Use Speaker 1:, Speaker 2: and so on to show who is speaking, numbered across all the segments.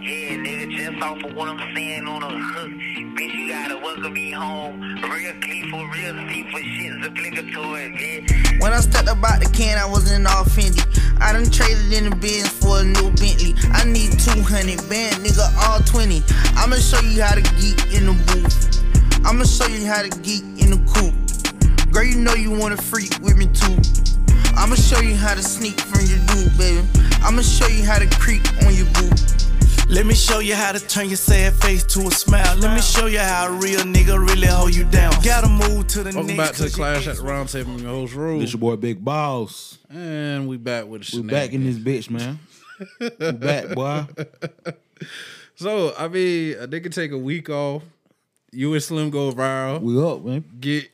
Speaker 1: Yeah, nigga, just off of what I'm saying on the hook. Bitch, you gotta welcome me home. Real clean for real steep for shit's obligatory, bitch.
Speaker 2: When I stepped about the can, I was in all Fendi. I done traded in the business for a new Bentley. I need 200 band, nigga, all 20. I'ma show you how to geek in the booth. I'ma show you how to geek in the coop. Girl, you know you wanna freak with me too. I'ma show you how to sneak from your dude, baby. I'ma show you how to creep on your boo.
Speaker 3: Let me show you how to turn your sad face to a smile. Let me show you how a real nigga really hold you down. Gotta move to the
Speaker 4: Welcome
Speaker 3: next.
Speaker 4: back to the
Speaker 3: 'cause
Speaker 4: Clash
Speaker 3: your
Speaker 4: at the Round Table. I'm your host, Rule.
Speaker 5: This your boy Big Boss.
Speaker 4: And we back with the
Speaker 5: We back in this bitch, man. We back, boy.
Speaker 4: So, I mean, a nigga take a week off. You and Slim go viral.
Speaker 5: We up, man.
Speaker 4: Get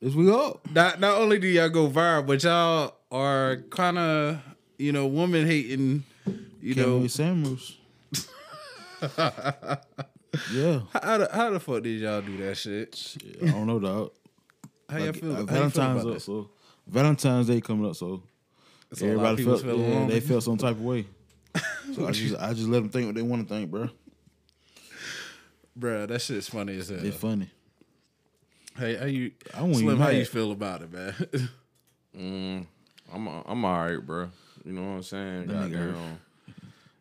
Speaker 5: This we up.
Speaker 4: not not only do y'all go viral, but y'all are kind of you know woman hating. You
Speaker 5: Came
Speaker 4: know
Speaker 5: with Samuels. yeah.
Speaker 4: how the, how the fuck did y'all do that shit?
Speaker 5: I don't know, dog.
Speaker 4: How y'all feel?
Speaker 5: Uh,
Speaker 4: How you feel
Speaker 5: Valentine's
Speaker 4: about
Speaker 5: up,
Speaker 4: that?
Speaker 5: so Valentine's Day coming up, so
Speaker 4: It's a lot of
Speaker 5: everybody
Speaker 4: people
Speaker 5: felt
Speaker 4: feeling
Speaker 5: yeah,
Speaker 4: lonely.
Speaker 5: they felt some type of way. So I just I just let them think what they want to think, bro.
Speaker 4: Bruh, that shit's funny as hell.
Speaker 5: It's funny.
Speaker 4: Hey, how you?
Speaker 5: I won't
Speaker 4: Slim,
Speaker 5: even
Speaker 4: how
Speaker 5: mad.
Speaker 4: you feel about it, man?
Speaker 6: I'm uh, I'm all right, bro. You know what I'm saying?
Speaker 5: nigga
Speaker 6: Goddamn.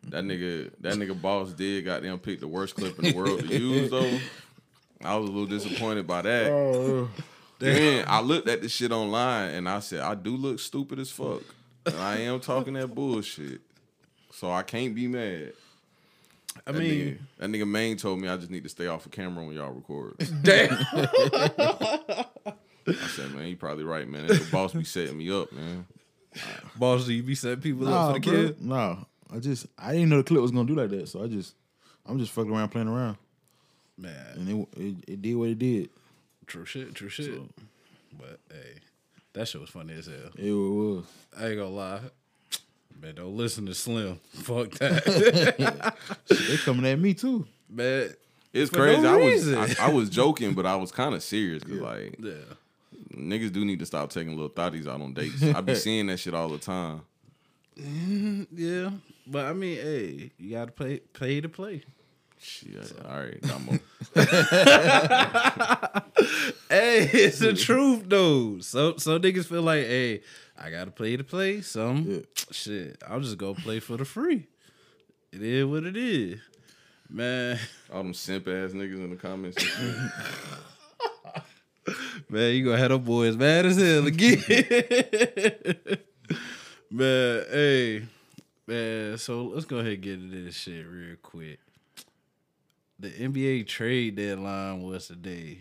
Speaker 6: That nigga, that nigga boss did goddamn pick the worst clip in the world to use though. I was a little disappointed by that. Then I looked at the shit online and I said, I do look stupid as fuck. And I am talking that bullshit. So I can't be mad.
Speaker 4: I
Speaker 6: That, nigga,
Speaker 4: mean,
Speaker 6: that nigga Main told me I just need to stay off of camera when y'all record.
Speaker 4: damn.
Speaker 6: I said, man, you probably right, man. That nigga boss be setting me up, man.
Speaker 4: Boss, do you be setting people
Speaker 5: Nah,
Speaker 4: up for the
Speaker 5: bro.
Speaker 4: kid?
Speaker 5: Nah, I just I didn't know the clip was gonna do like that, so I just I'm just fucking around, playing around,
Speaker 4: Man,
Speaker 5: and it it, it did what it did.
Speaker 4: true shit, true shit. But hey, that shit was funny as hell.
Speaker 5: It was.
Speaker 4: I ain't gonna lie. Man, don't listen to Slim. Fuck that.
Speaker 5: They coming at me too.
Speaker 4: man,
Speaker 6: It's
Speaker 4: For no
Speaker 6: crazy. I was
Speaker 4: reason.
Speaker 6: I, I was joking, but I was kind of serious because like
Speaker 4: yeah.
Speaker 6: niggas do need to stop taking little thotties out on dates. I be seeing that shit all the time.
Speaker 4: Yeah. But I mean, hey, you gotta play play to play.
Speaker 6: Shit. All right, Damo.
Speaker 4: Hey, it's the truth though. So so niggas feel like, hey, I gotta play to play. Some
Speaker 5: Yeah.
Speaker 4: shit. I'll just go play for the free. It is what it is. Man,
Speaker 6: all them simp ass niggas in the comments. and shit.
Speaker 4: man, you gonna have them boys mad as hell again. man, hey. Man, so let's go ahead and get into this shit real quick. The NBA trade deadline was today.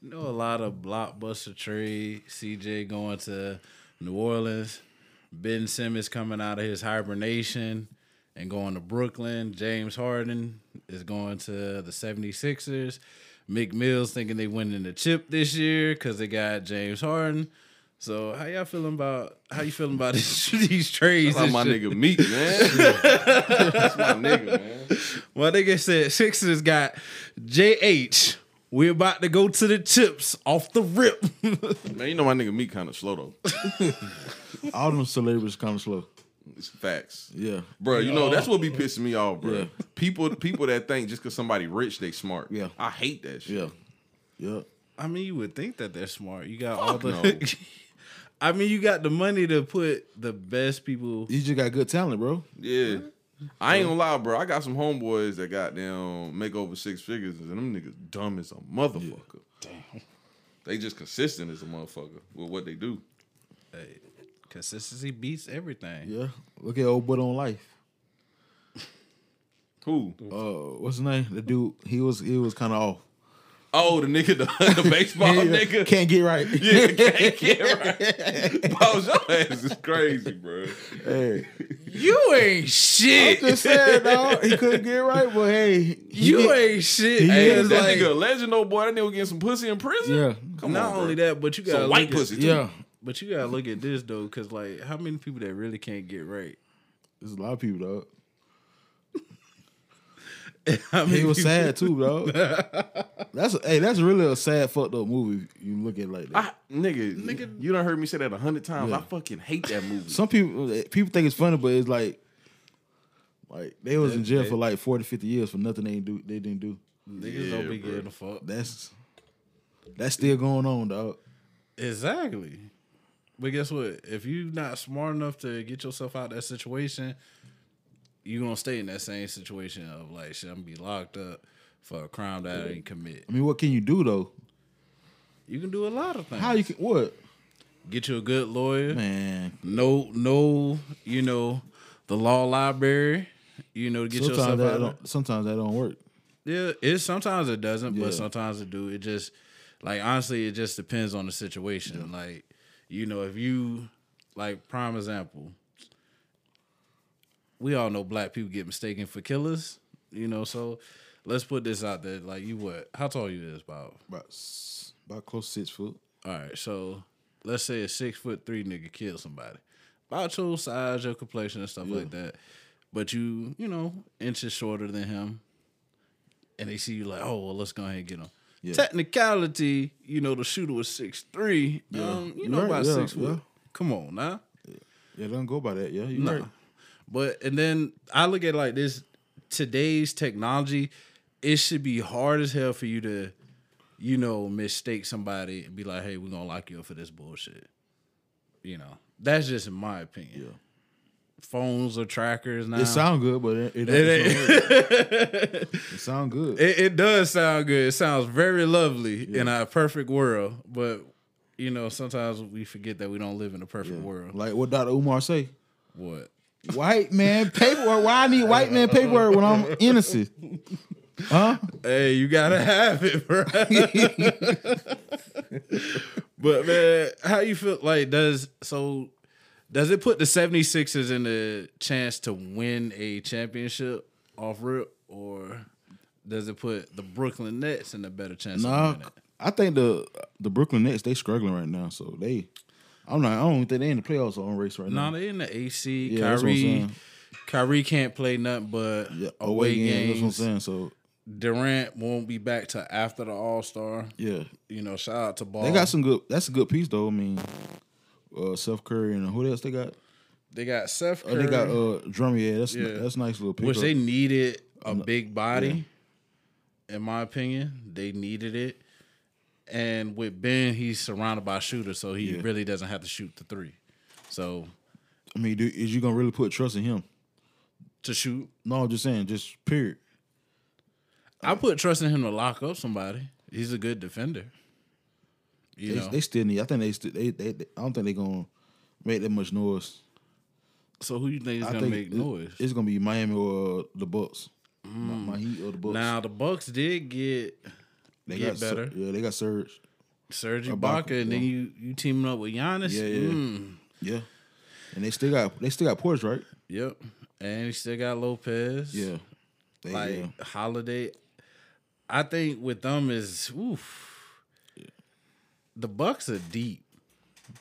Speaker 4: You know, a lot of blockbuster trade. CJ going to New Orleans. Ben Simmons coming out of his hibernation and going to Brooklyn. James Harden is going to the 76ers. Mick Mills thinking they winning the chip this year because they got James Harden. So how y'all feeling about how you feeling about these trades?
Speaker 6: That's how
Speaker 4: and
Speaker 6: my
Speaker 4: shit?
Speaker 6: nigga meet, man. That's my nigga, man.
Speaker 4: My nigga said Sixers got JH. We about to go to the chips off the rip.
Speaker 6: Man, you know my nigga meet kind of slow though.
Speaker 5: All them celebrities coming slow.
Speaker 6: It's facts.
Speaker 5: Yeah,
Speaker 6: Bro, you know that's what be pissing me off, bro.
Speaker 5: Yeah.
Speaker 6: People, people that think just cause somebody rich they smart.
Speaker 5: Yeah.
Speaker 6: I hate that shit.
Speaker 5: yeah, yeah.
Speaker 4: I mean, you would think that they're smart. You got all
Speaker 6: Fuck
Speaker 4: the.
Speaker 6: no.
Speaker 4: I mean, you got the money to put the best people.
Speaker 5: You just got good talent, bro.
Speaker 6: Yeah. I ain't gonna lie, bro. I got some homeboys that got down make over six figures, and them niggas dumb as a motherfucker. Damn. They just consistent as a motherfucker with what they do.
Speaker 4: Hey, consistency beats everything.
Speaker 5: Yeah. Look at old boy on life.
Speaker 6: Who?
Speaker 5: Uh, what's his name? The dude. He was he was kind of off.
Speaker 6: Oh, the nigga, the, the baseball
Speaker 5: Yeah,
Speaker 6: nigga.
Speaker 5: Can't get right.
Speaker 6: Yeah, can't get right. Bro, your ass is crazy, bro.
Speaker 5: Hey,
Speaker 4: You ain't
Speaker 5: I'm
Speaker 4: shit.
Speaker 5: just saying, dog. He couldn't get right, but hey, he
Speaker 4: You
Speaker 5: did-
Speaker 4: ain't shit.
Speaker 5: He
Speaker 6: Hey,
Speaker 4: Hey,
Speaker 6: that
Speaker 5: is
Speaker 4: it's like,
Speaker 6: nigga a legend, old boy. That nigga getting some pussy in prison.
Speaker 5: Yeah,
Speaker 6: Come
Speaker 4: not
Speaker 6: on, bro.
Speaker 4: only that, but you got
Speaker 6: Some white pussy. Too.
Speaker 5: yeah.
Speaker 4: But you gotta look at this though, because like, how many people that really can't get right?
Speaker 5: There's a lot of people, dog.
Speaker 4: I mean,
Speaker 5: He was sad too, dog. That's hey, that's really a sad fucked up movie. if You look at it like that.
Speaker 6: I, nigga, nigga, you done heard me say that a hundred times.
Speaker 5: Yeah.
Speaker 6: I fucking hate that movie.
Speaker 5: Some people people think it's funny, but it's like Like they was in jail for like 40, 50 years for nothing they didn't do. They didn't do.
Speaker 4: Niggas don't
Speaker 6: Yeah,
Speaker 4: be
Speaker 6: bro.
Speaker 4: getting a fuck.
Speaker 5: That's that's still going on, dog.
Speaker 4: Exactly. But guess what? If you're not smart enough to get yourself out of that situation, you're gonna stay in that same situation of like, shit, I'm gonna be locked up for a crime that I didn't commit.
Speaker 5: I mean, what can you do though?
Speaker 4: You can do a lot of things.
Speaker 5: How you can what?
Speaker 4: get you a good lawyer?
Speaker 5: Man,
Speaker 4: No, no, you know, the law library. You know, to get
Speaker 5: sometimes
Speaker 4: yourself
Speaker 5: that
Speaker 4: out. Of,
Speaker 5: don't, sometimes that don't work.
Speaker 4: yeah, it sometimes it doesn't,
Speaker 5: Yeah.
Speaker 4: but sometimes it do. It just like honestly, it just depends on the situation. Like you know, if you like prime example, we all know black people get mistaken for killers. You know, so let's put this out there. Like you, what? How tall you is, Bob?
Speaker 5: About s- about close to six foot.
Speaker 4: All right, so let's say a six foot three nigga killed somebody. About your size, your complexion, and stuff like that. But you, you know, inches shorter than him. And they see you like, oh, well, let's go ahead and get him.
Speaker 5: Yeah.
Speaker 4: Technicality, you know, the shooter was six three. Um, you
Speaker 5: You
Speaker 4: know,
Speaker 5: right,
Speaker 4: about
Speaker 5: yeah,
Speaker 4: six
Speaker 5: yeah.
Speaker 4: foot. Come on now.
Speaker 5: Yeah, don't go by that. Yeah, you
Speaker 4: Nah.
Speaker 5: right.
Speaker 4: But and then I look at it like this today's technology, it should be hard as hell for you to, you know, mistake somebody and be like, hey, we're gonna lock you up for this bullshit. You know. That's just in my opinion.
Speaker 5: Yeah.
Speaker 4: Phones are trackers now.
Speaker 5: It sound good, but it, it,
Speaker 4: It
Speaker 5: it,
Speaker 4: ain't-
Speaker 5: sound good.
Speaker 4: It, it does sound good. It sounds very lovely in our perfect world, but you know sometimes we forget that we don't live in a perfect world.
Speaker 5: like what Dr. Umar say.
Speaker 4: what?
Speaker 5: White man paperwork. Why I need white man paperwork when I'm innocent? Huh?
Speaker 4: Hey, you gotta have it, bro. but man, how you feel like does so does it put the 76ers in the chance to win a championship off rip or does it put the Brooklyn Nets in a better chance
Speaker 5: Nah,
Speaker 4: of winning it?
Speaker 5: I think the the Brooklyn Nets they struggling right now, so they. I'm not. I don't think they in the playoffs on race right
Speaker 4: No,
Speaker 5: now.
Speaker 4: they in the AC.
Speaker 5: Yeah, that's what I'm
Speaker 4: Kyrie
Speaker 5: saying.
Speaker 4: Kyrie can't play nothing but
Speaker 5: Yeah,
Speaker 4: away
Speaker 5: game,
Speaker 4: games.
Speaker 5: That's what I'm saying. So
Speaker 4: Durant won't be back till after the All Star.
Speaker 5: yeah,
Speaker 4: You know, shout out to Ball.
Speaker 5: they got some good. That's a good piece though. I mean, uh, Seth Curry and who else they got?
Speaker 4: They got Seth.
Speaker 5: Oh,
Speaker 4: Curry.
Speaker 5: they got uh, Drummond. Yeah, that's
Speaker 4: Yeah.
Speaker 5: that's a nice little piece.
Speaker 4: which they needed a big body. In my opinion, they needed it. And with Ben, he's surrounded by shooters, so he
Speaker 5: Yeah.
Speaker 4: really doesn't have to shoot the three. So
Speaker 5: I mean, dude, is you gonna really put trust in him?
Speaker 4: to shoot,
Speaker 5: No, I'm just saying, just period.
Speaker 4: I put trust in him to lock up somebody. He's a good defender. You
Speaker 5: They,
Speaker 4: know,
Speaker 5: they still need. I think they still. They, they, they- I don't think they gonna make that much noise.
Speaker 4: so who you think is
Speaker 5: I
Speaker 4: gonna
Speaker 5: think
Speaker 4: make
Speaker 5: it-
Speaker 4: noise? Mm.
Speaker 5: It's gonna be Miami or uh, the Bucks. My, my Heat or the Bucks.
Speaker 4: Now the Bucks did get
Speaker 5: they
Speaker 4: get
Speaker 5: got Sur-
Speaker 4: better.
Speaker 5: yeah, they got Surge.
Speaker 4: Serge
Speaker 5: Ibaka,
Speaker 4: Ibaka, and then
Speaker 5: yeah.
Speaker 4: you you teaming up with Giannis.
Speaker 5: Yeah, yeah.
Speaker 4: Mm,
Speaker 5: Yeah, and they still got they still got Porzingis, right?
Speaker 4: yep. And you still got Lopez.
Speaker 5: They,
Speaker 4: like
Speaker 5: yeah.
Speaker 4: holiday. I think with them is oof. The Bucks are deep.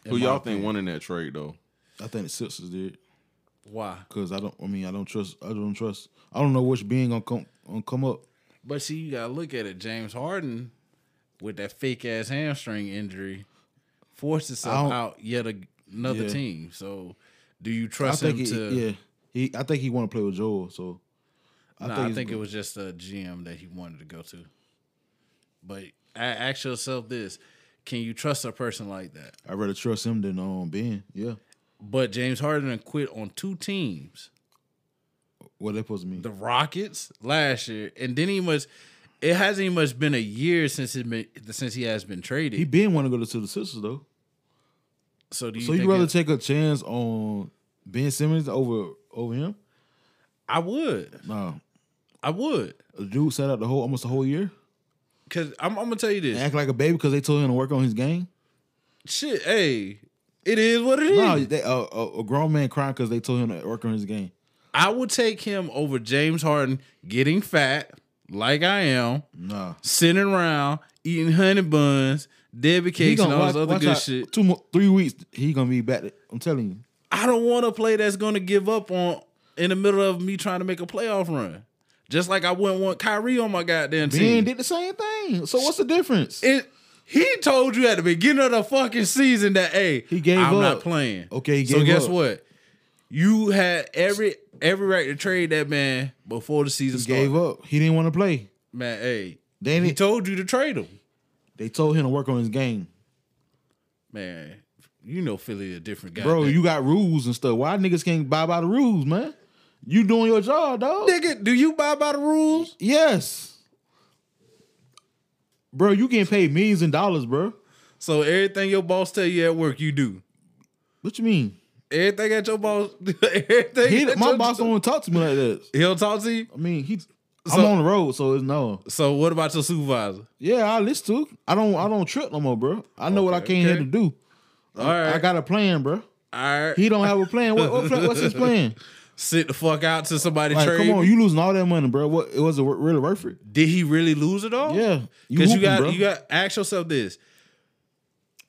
Speaker 4: in
Speaker 6: Who
Speaker 4: my
Speaker 6: y'all
Speaker 4: opinion.
Speaker 6: think won in that trade though?
Speaker 5: I think the Sixers did
Speaker 4: Why?
Speaker 5: because I don't. I mean, I don't trust. I don't trust. I don't know which being gonna come gonna come up.
Speaker 4: But see, you gotta look at it. James Harden with that fake ass hamstring injury forced
Speaker 5: I
Speaker 4: himself
Speaker 5: don't-
Speaker 4: out yet ag- another
Speaker 5: Yeah.
Speaker 4: team. So, do you
Speaker 5: I
Speaker 4: trust
Speaker 5: think
Speaker 4: him
Speaker 5: he,
Speaker 4: to?
Speaker 5: yeah. He I think he want to play with Joel. So
Speaker 4: Nah, I
Speaker 5: he's-
Speaker 4: think it was just a GM that he wanted to go to. But a- ask yourself this: Can you trust a person like that?
Speaker 5: I'd rather trust him than um Ben. Yeah.
Speaker 4: But James Harden quit on two teams.
Speaker 5: What that supposed to mean?
Speaker 4: the Rockets last year, and then he must. It hasn't even much been a year since it been since he has been traded.
Speaker 5: he been want to go to the Sixers though.
Speaker 4: so do you?
Speaker 5: so
Speaker 4: think
Speaker 5: you rather
Speaker 4: it-
Speaker 5: take a chance on Ben Simmons over over him?
Speaker 4: I would.
Speaker 5: No.
Speaker 4: I would.
Speaker 5: A dude sat out the whole almost the whole year.
Speaker 4: Cause I'm, I'm gonna tell you
Speaker 5: and
Speaker 4: this.
Speaker 5: Act like a baby because they told him to work on his game.
Speaker 4: Shit. Hey, it is what it is.
Speaker 5: No, they, a, a, a grown man crying because they told him to work on his game.
Speaker 4: I would take him over James Harden getting fat like I am,
Speaker 5: Nah,
Speaker 4: sitting around eating honey buns, Debbie cakes, and all this other good
Speaker 5: out
Speaker 4: shit.
Speaker 5: Two more, three weeks, he gonna be back. I'm telling you.
Speaker 4: I don't want to play that's going to give up on in the middle of me trying to make a playoff run. Just like I wouldn't want Kyrie on my goddamn
Speaker 5: Ben
Speaker 4: team.
Speaker 5: did the same thing. So what's the difference?
Speaker 4: it, he told you at the beginning of the fucking season that hey,
Speaker 5: He gave
Speaker 4: I'm not
Speaker 5: up.
Speaker 4: playing.
Speaker 5: Okay, he
Speaker 4: so
Speaker 5: gave
Speaker 4: guess
Speaker 5: up.
Speaker 4: what? You had every every right to trade that man before the season
Speaker 5: He
Speaker 4: started.
Speaker 5: gave up. He didn't want to play.
Speaker 4: Man, hey,
Speaker 5: They
Speaker 4: he
Speaker 5: didn't,
Speaker 4: told you to trade him.
Speaker 5: they told him to work on his game.
Speaker 4: Man, you know Philly a different guy.
Speaker 5: Bro,
Speaker 4: than-
Speaker 5: you got rules and stuff. Why niggas can't buy by the rules, man? You doing your job, dog.
Speaker 4: nigga, do you buy by the rules?
Speaker 5: Yes. Bro, you getting paid millions and dollars, bro.
Speaker 4: So everything your boss tell you at work, you do.
Speaker 5: What you mean?
Speaker 4: Everything at your boss, everything.
Speaker 5: He,
Speaker 4: at
Speaker 5: my
Speaker 4: your-
Speaker 5: boss don't want to talk to me like that.
Speaker 4: He'll talk to you.
Speaker 5: I mean, he. I'm
Speaker 4: So-
Speaker 5: on the road, so it's no.
Speaker 4: So what about your supervisor?
Speaker 5: Yeah, I listen to. it. I don't. I don't trip no more, bro. I know what I
Speaker 4: Okay,
Speaker 5: came here
Speaker 4: okay.
Speaker 5: to do.
Speaker 4: All right,
Speaker 5: I got a plan, bro.
Speaker 4: all right.
Speaker 5: He don't have a plan. What, what plan- what's his plan?
Speaker 4: Sit the fuck out to somebody.
Speaker 5: Like,
Speaker 4: trade.
Speaker 5: come on,
Speaker 4: me.
Speaker 5: you losing all that money, bro. What? It was it really worth it?
Speaker 4: Did he really lose it all?
Speaker 5: Yeah, you
Speaker 4: Because Oh. you,
Speaker 5: hooping,
Speaker 4: got
Speaker 5: bro.
Speaker 4: you got ask yourself this.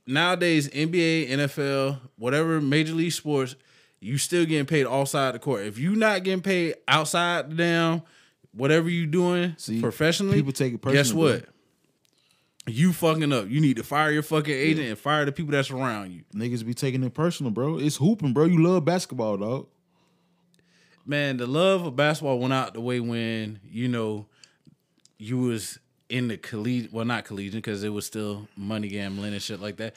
Speaker 4: Nowadays, NBA, NFL, whatever major league sports, you still getting paid outside the court. If you not getting paid outside the damn, whatever you doing
Speaker 5: See,
Speaker 4: professionally,
Speaker 5: people take it
Speaker 4: Guess
Speaker 5: personal,
Speaker 4: what? You fucking up. You need to fire your fucking agent and fire the people that's around you.
Speaker 5: Niggas be taking it personal, bro. It's hooping, bro. You love basketball, dog.
Speaker 4: Man, the love of basketball went out the way when, you know, you was in the collegiate well not collegiate because it was still money gambling and shit like that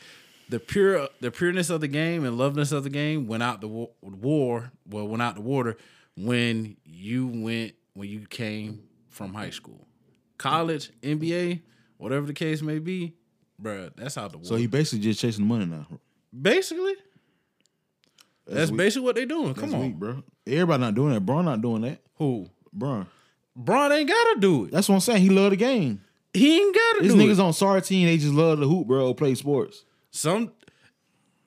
Speaker 4: the pure the pureness of the game and loveness of the game went out the wa- war well went out the water when you went when you came from high school college nba whatever the case may be bruh that's out the water
Speaker 5: So he basically just chasing money now.
Speaker 4: basically that's,
Speaker 5: weak.
Speaker 4: basically what they doing come
Speaker 5: That's
Speaker 4: on
Speaker 5: weak, bro. Everybody not doing that. Bron not doing that.
Speaker 4: who
Speaker 5: Bron.
Speaker 4: Braun ain't gotta do it
Speaker 5: That's what I'm saying. He love the game.
Speaker 4: he ain't gotta
Speaker 5: These
Speaker 4: do it
Speaker 5: niggas on sorry team, they just love the hoop, bro. or Play sports.
Speaker 4: Some,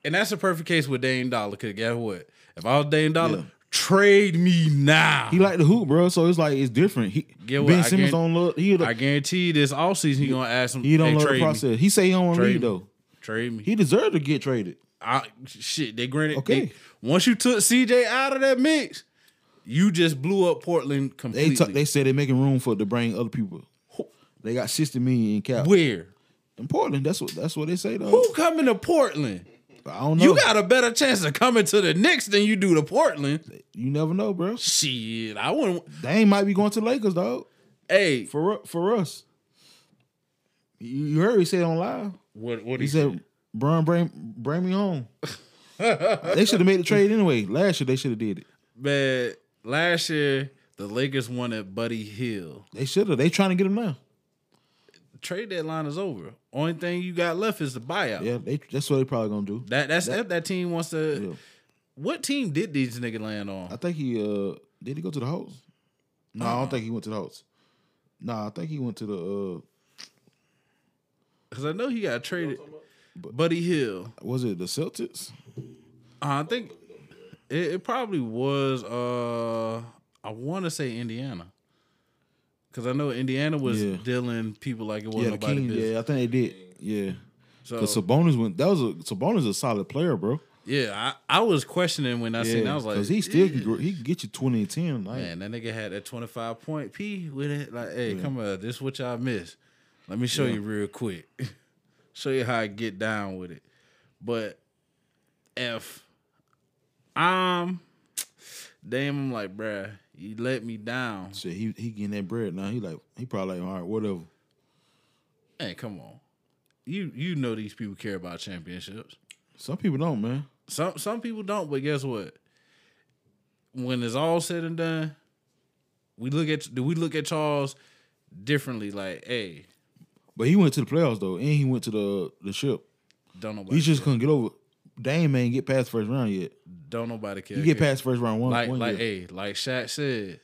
Speaker 4: and that's a perfect case with Dame Dollar. Cause guess what? If I was Dame Dollar,
Speaker 5: Yeah.
Speaker 4: trade me now.
Speaker 5: He like the hoop, bro. So it's like it's different. He
Speaker 4: Get what? I
Speaker 5: Ben Simmons
Speaker 4: guarant-
Speaker 5: don't love. He
Speaker 4: I guarantee you this offseason he gonna ask him.
Speaker 5: he don't
Speaker 4: hey,
Speaker 5: love the
Speaker 4: trade
Speaker 5: process.
Speaker 4: Me.
Speaker 5: He say he don't want to
Speaker 4: Trade
Speaker 5: leave
Speaker 4: me.
Speaker 5: though.
Speaker 4: Trade me.
Speaker 5: He deserved to get traded.
Speaker 4: I, shit, they granted.
Speaker 5: Okay.
Speaker 4: they- once you took CJ out of that mix, you just blew up Portland
Speaker 5: They
Speaker 4: completely.
Speaker 5: t- they said they're making room for to bring other people. They got sixty million in cap.
Speaker 4: Where?
Speaker 5: In Portland, that's what that's what they say though.
Speaker 4: Who coming to Portland?
Speaker 5: I don't know.
Speaker 4: You got a better chance of coming to the Knicks than you do to Portland.
Speaker 5: You never know, bro.
Speaker 4: Shit, I wouldn't.
Speaker 5: They might be going to Lakers, dog.
Speaker 4: Hey,
Speaker 5: For u- for us, you you heard he said on live.
Speaker 4: what? What
Speaker 5: He said, "Bron, bring bring me home." they should have made the trade anyway. Last year they should have did it.
Speaker 4: Man, last year the Lakers wanted Buddy Hill.
Speaker 5: They should have. They trying to get him now.
Speaker 4: Trade deadline is over. Only thing you got left is the buyout.
Speaker 5: Yeah, they, that's what they probably gonna do.
Speaker 4: That that's that, that team wants to.
Speaker 5: Yeah.
Speaker 4: What team did these nigga land
Speaker 5: I
Speaker 4: on?
Speaker 5: think he uh did he go to the Hawks? No, I don't think he went to the Hawks. No, I think he went to the
Speaker 4: Because I know he got traded. Buddy Hill.
Speaker 5: uh was it the Celtics?
Speaker 4: Uh, I think it, it probably was. uh I want to say Indiana. Because I know Indiana was
Speaker 5: Yeah.
Speaker 4: dealing people like it
Speaker 5: yeah,
Speaker 4: wasn't
Speaker 5: the
Speaker 4: nobody Oh.
Speaker 5: Kings.
Speaker 4: business.
Speaker 5: Yeah, I think they did. Yeah.
Speaker 4: So,
Speaker 5: Cause Sabonis went. That was a Sabonis a solid player, bro.
Speaker 4: yeah, I, I was questioning when I seen. I was like,
Speaker 5: cause he still could gr- he could get you twenty and ten. Like,
Speaker 4: Man, that nigga had that 25 point P with it. Like, hey, come on, this what y'all miss. Let me show you real quick. show you how I get down with it. But if I'm damn, I'm like, bruh, you let me down.
Speaker 5: shit, he he getting that bread now. He like he probably like all right, whatever.
Speaker 4: Hey, come on. You you know these people care about championships.
Speaker 5: Some people don't, man.
Speaker 4: Some some people don't, but guess what? When it's all said and done, we look at do we look at Charles differently? Like, hey,
Speaker 5: But he went to the playoffs though, and he went to the the ship.
Speaker 4: don't nobody
Speaker 5: He just couldn't get over. Dame ain't get past first round yet.
Speaker 4: Don't nobody care.
Speaker 5: You get
Speaker 4: care.
Speaker 5: past first round one.
Speaker 4: like
Speaker 5: one
Speaker 4: like
Speaker 5: year.
Speaker 4: hey, like Shaq said,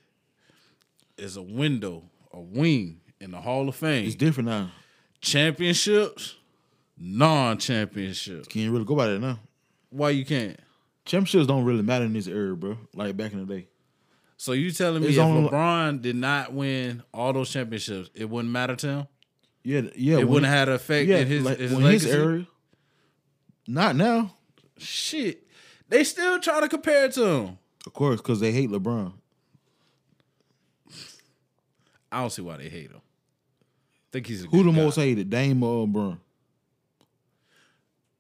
Speaker 4: it's a window, a wing in the Hall of Fame.
Speaker 5: it's different now.
Speaker 4: Championships, non-championships.
Speaker 5: Can't really go by that now.
Speaker 4: Why you can't?
Speaker 5: Championships don't really matter in this era, bro. Like back in the day,
Speaker 4: So you telling me
Speaker 5: It's
Speaker 4: if
Speaker 5: only-
Speaker 4: LeBron did not win all those championships, it wouldn't matter to him?
Speaker 5: yeah, th- yeah.
Speaker 4: It
Speaker 5: when-
Speaker 4: wouldn't have had an effect in his,
Speaker 5: like,
Speaker 4: his
Speaker 5: when
Speaker 4: legacy.
Speaker 5: era. Not now,
Speaker 4: Shit. They still try to compare it to him.
Speaker 5: of course, because they hate LeBron.
Speaker 4: I don't see why they hate him. think he's a
Speaker 5: Who the
Speaker 4: good guy.
Speaker 5: most hated, Dame or LeBron?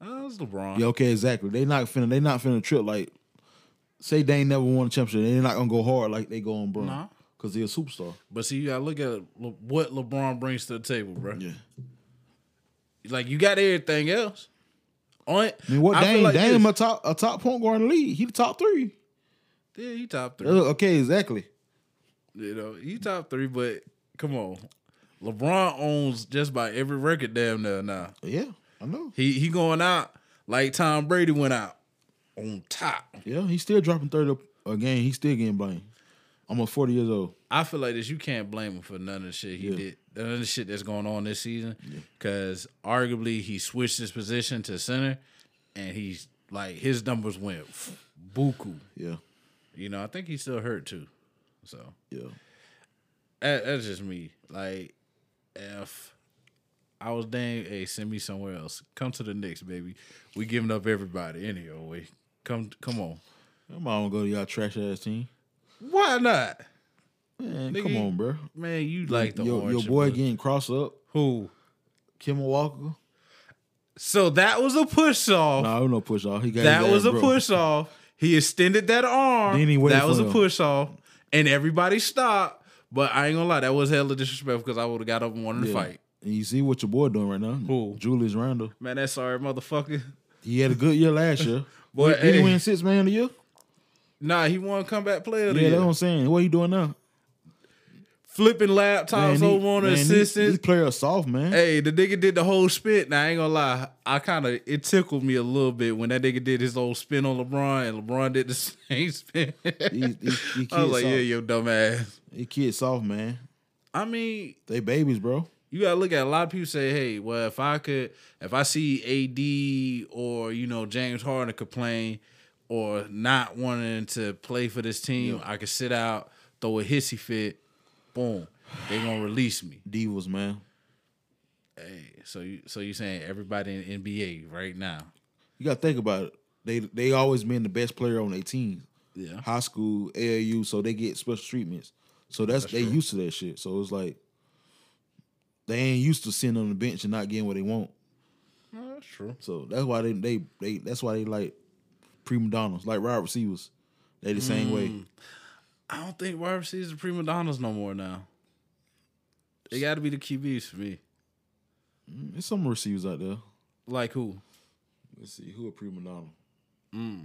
Speaker 4: Uh, it's LeBron.
Speaker 5: Yeah, okay, exactly. They not finna. They not finna trip like say they ain't never won a championship, they're not gonna go hard like they go on Bron
Speaker 4: Nah.
Speaker 5: because they're a superstar.
Speaker 4: But see, you gotta look at Le- what LeBron brings to the table, bro.
Speaker 5: Yeah.
Speaker 4: Like you got everything else. On
Speaker 5: I mean, what
Speaker 4: I feel
Speaker 5: Dame?
Speaker 4: like
Speaker 5: Dame
Speaker 4: this.
Speaker 5: a top a top point guard in the league. He the top three.
Speaker 4: yeah, he top three.
Speaker 5: Uh, Okay, exactly.
Speaker 4: You know, he top three, but come on. LeBron owns just about every record damn near now.
Speaker 5: Yeah, I know.
Speaker 4: He he going out like Tom Brady went out on top.
Speaker 5: Yeah, he's still dropping thirty a game. He's still getting blamed. Almost forty years old.
Speaker 4: I feel like this. You can't blame him for none of the shit he
Speaker 5: Yeah.
Speaker 4: did, none of the shit that's going on this season. Because arguably he switched his position to center, and he's like his numbers went buku.
Speaker 5: Yeah,
Speaker 4: You know, I think he's still hurt too. So
Speaker 5: yeah.
Speaker 4: that, that's just me. Like if I was dang, hey, send me somewhere else. Come to the Knicks, baby. We giving up everybody anyway. Come, come on.
Speaker 5: I'm not gonna go to y'all trash ass team.
Speaker 4: Why not,
Speaker 5: Man,
Speaker 4: Nigga,
Speaker 5: come
Speaker 4: you-
Speaker 5: on, bro.
Speaker 4: man? You like the
Speaker 5: your, your
Speaker 4: orange
Speaker 5: boy
Speaker 4: and blue.
Speaker 5: getting cross up.
Speaker 4: who?
Speaker 5: Kim Walker.
Speaker 4: So that was a push off.
Speaker 5: Nah, it was no push off. He got
Speaker 4: that
Speaker 5: his
Speaker 4: was
Speaker 5: ass
Speaker 4: a
Speaker 5: broke.
Speaker 4: push off. He extended that arm.
Speaker 5: Then he waited
Speaker 4: that was
Speaker 5: for
Speaker 4: a
Speaker 5: him.
Speaker 4: push off, and everybody stopped. But I ain't gonna lie, that was hella disrespectful because I would have got up and wanted to
Speaker 5: Yeah.
Speaker 4: fight.
Speaker 5: And you see what your boy doing right now?
Speaker 4: Who?
Speaker 5: Julius Randle.
Speaker 4: Man, that sorry motherfucker.
Speaker 5: He had a good year last year.
Speaker 4: Boy,
Speaker 5: Did
Speaker 4: hey.
Speaker 5: he win six man of the year?
Speaker 4: Nah, he won comeback player. of the
Speaker 5: Yeah, that's
Speaker 4: year.
Speaker 5: what I'm saying. What he doing now?
Speaker 4: flipping laptops
Speaker 5: Man, he-
Speaker 4: over on the
Speaker 5: man, he- This
Speaker 4: assistants.
Speaker 5: player is soft, man.
Speaker 4: Hey, the nigga did the whole spit. Now I ain't gonna lie, I kind of it tickled me a little bit when that nigga did his old spin on LeBron, and LeBron did the same spin.
Speaker 5: These, these, these kids
Speaker 4: I was like,
Speaker 5: soft.
Speaker 4: yeah, yo, dumb ass.
Speaker 5: These kids soft, man.
Speaker 4: I mean,
Speaker 5: They babies, bro.
Speaker 4: you gotta look at it. a lot of people say, hey, well, if I could, if I see AD or you know James Harden complain or not wanting to play for this team, I could sit out, throw a hissy fit, boom, they gonna release me.
Speaker 5: Divas, man.
Speaker 4: Hey, so you so you saying everybody in NBA right now?
Speaker 5: You gotta think about it. They they always been the best player on their team.
Speaker 4: Yeah.
Speaker 5: High school, AAU, so they get special treatments. So that's, they used to that shit. So it's like they ain't used to sitting on the bench and not getting what they want.
Speaker 4: that's true.
Speaker 5: So that's why they they, they that's why they like prima donnas, like wide receivers. They the same
Speaker 4: Mm.
Speaker 5: way.
Speaker 4: I don't think wide receivers are prima donnas no more now. They got to be the QBs for me.
Speaker 5: There's some receivers out there.
Speaker 4: Like who?
Speaker 5: Let's see who a prima donna.
Speaker 4: Mm.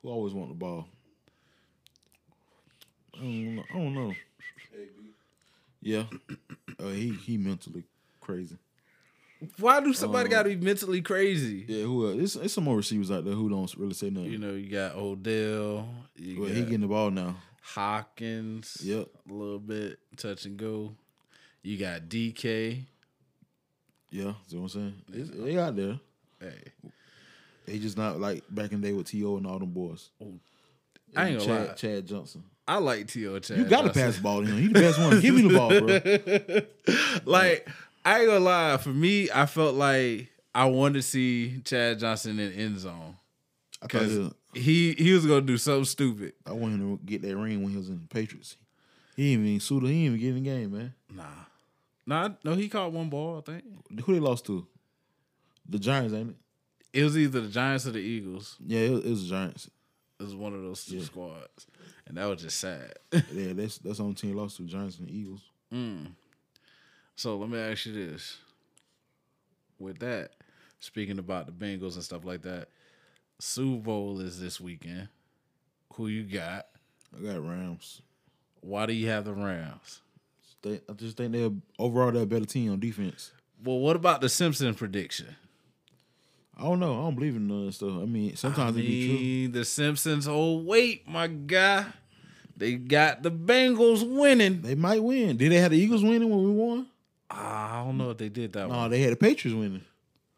Speaker 5: Who always want the ball? I don't know. I don't know. Yeah, uh, he he mentally crazy.
Speaker 4: Why do somebody
Speaker 5: Um,
Speaker 4: got to be mentally crazy?
Speaker 5: Yeah, who? Else? It's it's some more receivers out there who don't really say nothing.
Speaker 4: You know, you got Odell, you
Speaker 5: but
Speaker 4: got
Speaker 5: he getting the ball now.
Speaker 4: Hawkins,
Speaker 5: Yep.
Speaker 4: a little bit touch and go. You got DK.
Speaker 5: Yeah, see what I'm saying? It's, they out there.
Speaker 4: Hey,
Speaker 5: They just not like back in the day with To and all them boys.
Speaker 4: I ain't gonna
Speaker 5: Chad,
Speaker 4: lie.
Speaker 5: Chad Johnson.
Speaker 4: I like T.O. Chad.
Speaker 5: You gotta
Speaker 4: Johnson.
Speaker 5: pass the ball to him. He the best one. Give me the ball, bro.
Speaker 4: like I ain't gonna lie, for me, I felt like I wanted to see Chad Johnson in the end zone
Speaker 5: I thought he
Speaker 4: because
Speaker 5: was-
Speaker 4: he he was gonna do something stupid.
Speaker 5: I want him to get that ring when he was in the Patriots. He ain't even suited. He ain't even get in the game, man.
Speaker 4: Nah, nah, no, he caught one ball. I think
Speaker 5: Who they lost to? The Giants, ain't it?
Speaker 4: it was either the Giants or the Eagles.
Speaker 5: Yeah, it was, it was the Giants.
Speaker 4: It was one of those two squads, and that was just sad.
Speaker 5: Yeah, that's that's the only team lost to Giants and the Eagles.
Speaker 4: so let me ask you this: with that, speaking about the Bengals and stuff like that, Super Bowl is this weekend. Who you got?
Speaker 5: I got Rams.
Speaker 4: Why do you have the Rams?
Speaker 5: They, I just think they're overall they're a better team on defense.
Speaker 4: Well, what about the Simpson prediction?
Speaker 5: I don't know. I don't believe in none of that stuff. I mean, sometimes it be
Speaker 4: Me, the Simpsons. Oh wait, my guy, they got the Bengals winning.
Speaker 5: true. They might win. Did they have the Eagles winning when we won?
Speaker 4: I don't know if they did that
Speaker 5: No,
Speaker 4: one.
Speaker 5: they had the Patriots winning,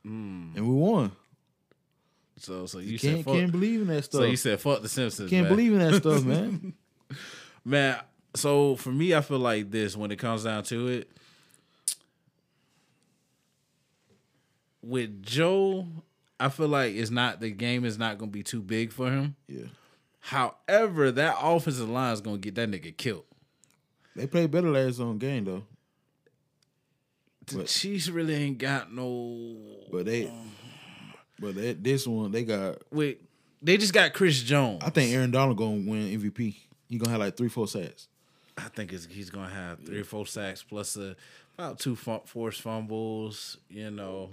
Speaker 5: and we won.
Speaker 4: So, so Hmm. you said
Speaker 5: Can't
Speaker 4: fuck.
Speaker 5: can't believe in that stuff.
Speaker 4: so you said fuck the Simpsons.
Speaker 5: can't
Speaker 4: man.
Speaker 5: believe in that stuff, man.
Speaker 4: man. So for me, I feel like this when it comes down to it. With Joe, I feel like it's not the game is not going to be too big for him.
Speaker 5: yeah,
Speaker 4: However, that offensive line is going to get that nigga killed.
Speaker 5: they played better last on game though.
Speaker 4: The
Speaker 5: But-
Speaker 4: Chiefs really ain't got no
Speaker 5: But they, but that this one they got
Speaker 4: with They just got Chris Jones.
Speaker 5: I think Aaron Donald gonna win MVP. He gonna have like three, four sacks.
Speaker 4: I think it's, he's gonna have three or four sacks plus a, about two fum- forced fumbles. You know,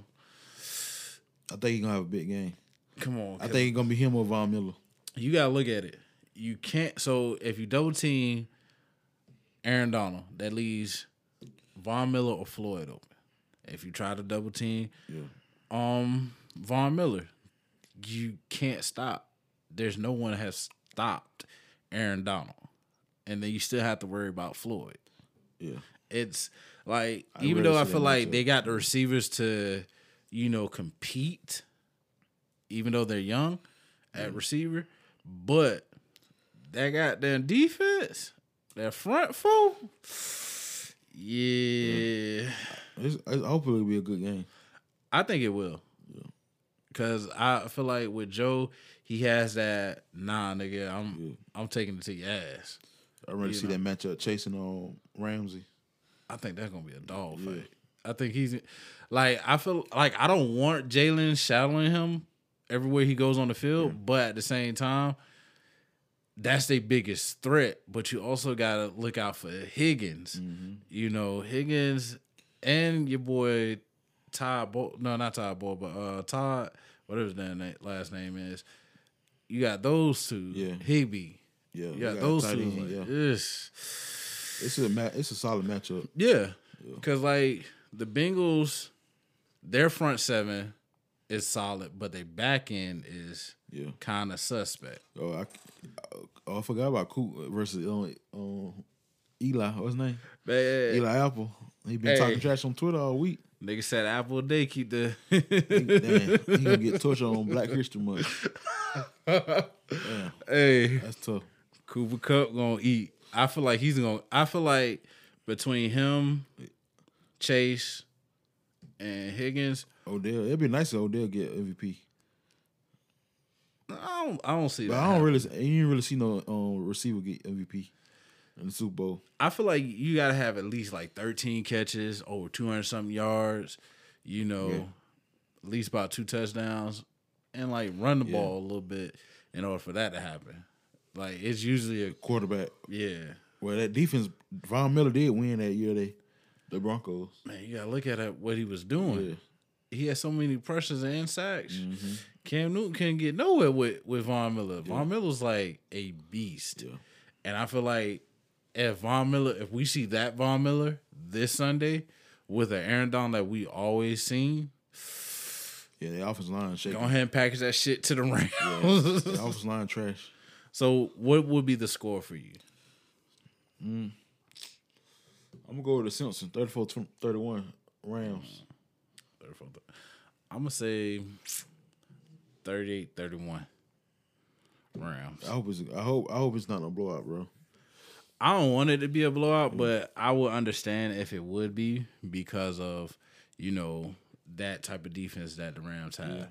Speaker 5: I think he gonna have a big game.
Speaker 4: come on.
Speaker 5: I
Speaker 4: 'cause
Speaker 5: think it's gonna be him or Von Miller.
Speaker 4: you gotta look at it. You can't. So if you double team Aaron Donald, that leaves Von Miller or Floyd open. If you try to double team, um, Von Miller, you can't stop. There's no one has stopped Aaron Donald, and then you still have to worry about Floyd.
Speaker 5: Yeah.
Speaker 4: It's like
Speaker 5: I
Speaker 4: even
Speaker 5: really
Speaker 4: though I
Speaker 5: see
Speaker 4: feel
Speaker 5: that
Speaker 4: like
Speaker 5: matchup.
Speaker 4: they got the receivers to, you know, compete, even though they're young
Speaker 5: Mm.
Speaker 4: at receiver, but that goddamn defense, that front four, yeah,
Speaker 5: Mm. It's, it's, hopefully it'll be a good game.
Speaker 4: I think it will. Cause I feel like with Joe, he has that nah, nigga. I'm I'm taking it to your ass.
Speaker 5: I really see that matchup chasing on Ramsey.
Speaker 4: I think that's gonna be a dog fight. I think he's like I feel like I don't want Jalen shadowing him everywhere he goes on the field, but at the same time, that's their biggest threat. But you also gotta look out for Higgins.
Speaker 5: Mm-hmm.
Speaker 4: You know, Higgins and your boy Todd Bo no, not Todd Bo, but uh Todd, whatever his damn name, last name is. You got those two.
Speaker 5: Yeah.
Speaker 4: Higby.
Speaker 5: Yeah,
Speaker 4: You
Speaker 5: we
Speaker 4: got
Speaker 5: got a
Speaker 4: those
Speaker 5: tight
Speaker 4: two.
Speaker 5: end,
Speaker 4: Like,
Speaker 5: yeah.
Speaker 4: this.
Speaker 5: It's a ma- it's a solid matchup.
Speaker 4: Yeah. Cause like the Bengals, their front seven is solid, but their back end is
Speaker 5: Yeah.
Speaker 4: kind of suspect.
Speaker 5: Oh, I, oh, I forgot about Coop versus um, um Eli. What's his name? Eli Apple. He been
Speaker 4: Hey.
Speaker 5: talking trash on Twitter all week.
Speaker 4: Nigga said apple a day keep the
Speaker 5: Damn, he gonna get tortured on Black History Month.
Speaker 4: Hey.
Speaker 5: That's tough.
Speaker 4: Cooper Cup gonna eat. I feel like he's gonna I feel like between him, Chase, and Higgins,
Speaker 5: Odell, it'd be nice if Odell get MVP,
Speaker 4: I don't I don't see
Speaker 5: but
Speaker 4: that.
Speaker 5: I don't
Speaker 4: happening.
Speaker 5: really, see- you ain't really see no um, receiver get MVP in the Super Bowl.
Speaker 4: I feel like you gotta have at least like 13 catches, over 200 something yards, you know, at least about two touchdowns, and like run the ball a little bit in order for that to happen. Like it's usually a
Speaker 5: Quarterback.
Speaker 4: yeah.
Speaker 5: Well, that defense, Von Miller did win that year. They, the Broncos.
Speaker 4: Man, you gotta look at it, what he was doing.
Speaker 5: Yeah.
Speaker 4: He had so many pressures and sacks. Cam Newton couldn't get nowhere with with Von Miller. Von Miller's like a beast,
Speaker 5: Yeah.
Speaker 4: and I feel like if Von Miller, if we see that Von Miller this Sunday with an Aaron Donald that we always seen,
Speaker 5: Yeah, the offensive line
Speaker 4: go
Speaker 5: shaking.
Speaker 4: ahead and package that shit to the Rams.
Speaker 5: The offensive line trash.
Speaker 4: so, what would be the score for you?
Speaker 5: I'm gonna go with the Simpson 34 31 Rams.
Speaker 4: I'm gonna say 38-31 Rams.
Speaker 5: I hope it's I hope I hope it's not a blowout, bro.
Speaker 4: I don't want it to be a blowout, but I would understand if it would be because of you know that type of defense that the Rams have.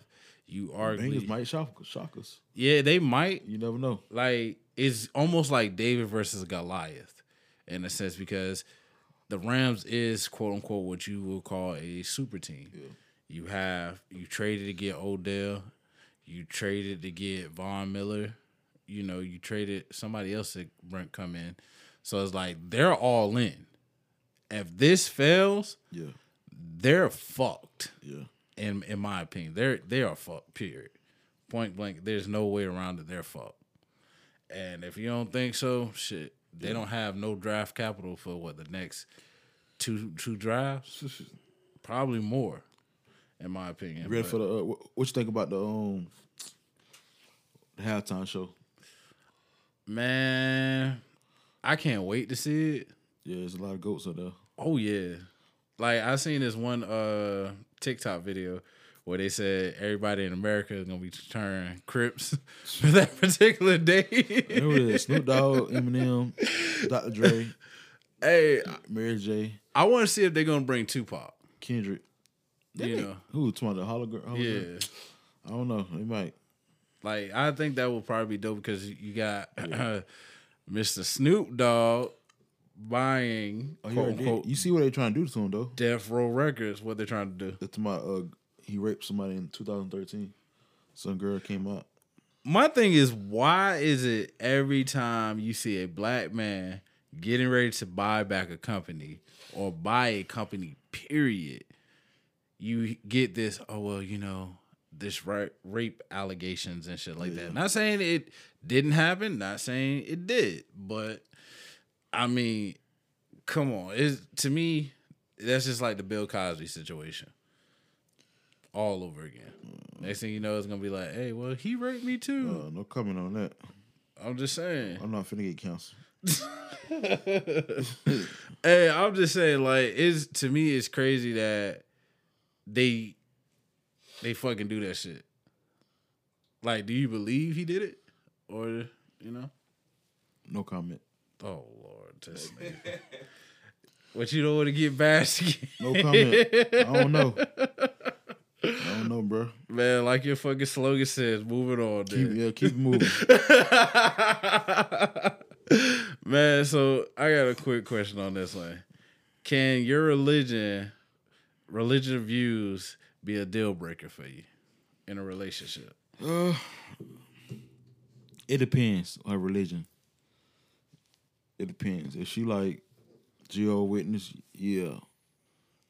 Speaker 4: You
Speaker 5: Bengals
Speaker 4: argue,
Speaker 5: might shock, shock us.
Speaker 4: yeah, they might.
Speaker 5: You never know.
Speaker 4: Like it's almost like David versus Goliath in a sense because the Rams is quote unquote what you would call a super team. You have you traded to get Odell, you traded to get Von Miller, you know, you traded somebody else to bring come in. So it's like they're all in. If this fails,
Speaker 5: Yeah,
Speaker 4: they're fucked
Speaker 5: yeah.
Speaker 4: in in my opinion. They're they are fucked, period. Point blank, there's no way around it. They're fucked. And if you don't think so, shit. They don't have no draft capital for what the next two two drives? Probably more, in my opinion.
Speaker 5: Ready
Speaker 4: but
Speaker 5: for the uh, what, what you think about the um the halftime show?
Speaker 4: man, I can't wait to see it.
Speaker 5: Yeah, there's a lot of goats out there.
Speaker 4: Oh yeah. Like I seen this one uh TikTok video where they said everybody in America is gonna be turned Crips for that particular day.
Speaker 5: There was Snoop Dogg, Eminem, Dr. Dre,
Speaker 4: Hey,
Speaker 5: Mary J,
Speaker 4: I want to see if they're gonna bring Tupac.
Speaker 5: Kendrick.
Speaker 4: you
Speaker 5: They-
Speaker 4: know,
Speaker 5: who talking about the hologram? hologram?
Speaker 4: yeah.
Speaker 5: I don't know. They might.
Speaker 4: Like I think that would probably be dope because you got Mr. Snoop Dogg buying
Speaker 5: Oh, you,
Speaker 4: quote
Speaker 5: already
Speaker 4: unquote
Speaker 5: did. you see what they trying to do to him though?
Speaker 4: Death Row Records. What they're trying to do.
Speaker 5: That's my uh he raped somebody in 2013. Some girl came out.
Speaker 4: my thing is, why is it every time you see a black man getting ready to buy back a company or buy a company, period, you get this, oh, well, you know, this ra- rape allegations and shit like that. Not saying it didn't happen, not saying it did, but I mean, come on. It's, to me, that's just like the Bill Cosby situation all over again. Next thing you know, it's gonna be like, hey, well, he raped me too.
Speaker 5: Uh, no comment on that.
Speaker 4: I'm just saying.
Speaker 5: I'm not finna get canceled.
Speaker 4: Hey, I'm just saying, like, it's to me, it's crazy that they they fucking do that shit. Like, do you believe he did it, or you know?
Speaker 5: No comment.
Speaker 4: Oh Lord, this nigga. But you don't want to get bashed again.
Speaker 5: No comment. I don't know. I don't know, bro.
Speaker 4: Man, like your fucking slogan says, moving on.
Speaker 5: Keep,
Speaker 4: then.
Speaker 5: yeah, keep it moving.
Speaker 4: Man, so I got a quick question on this one. Can your religion, religion views, be a deal breaker for you in a relationship?
Speaker 5: It depends on her religion. It depends. If she like Jehovah Witness, yeah,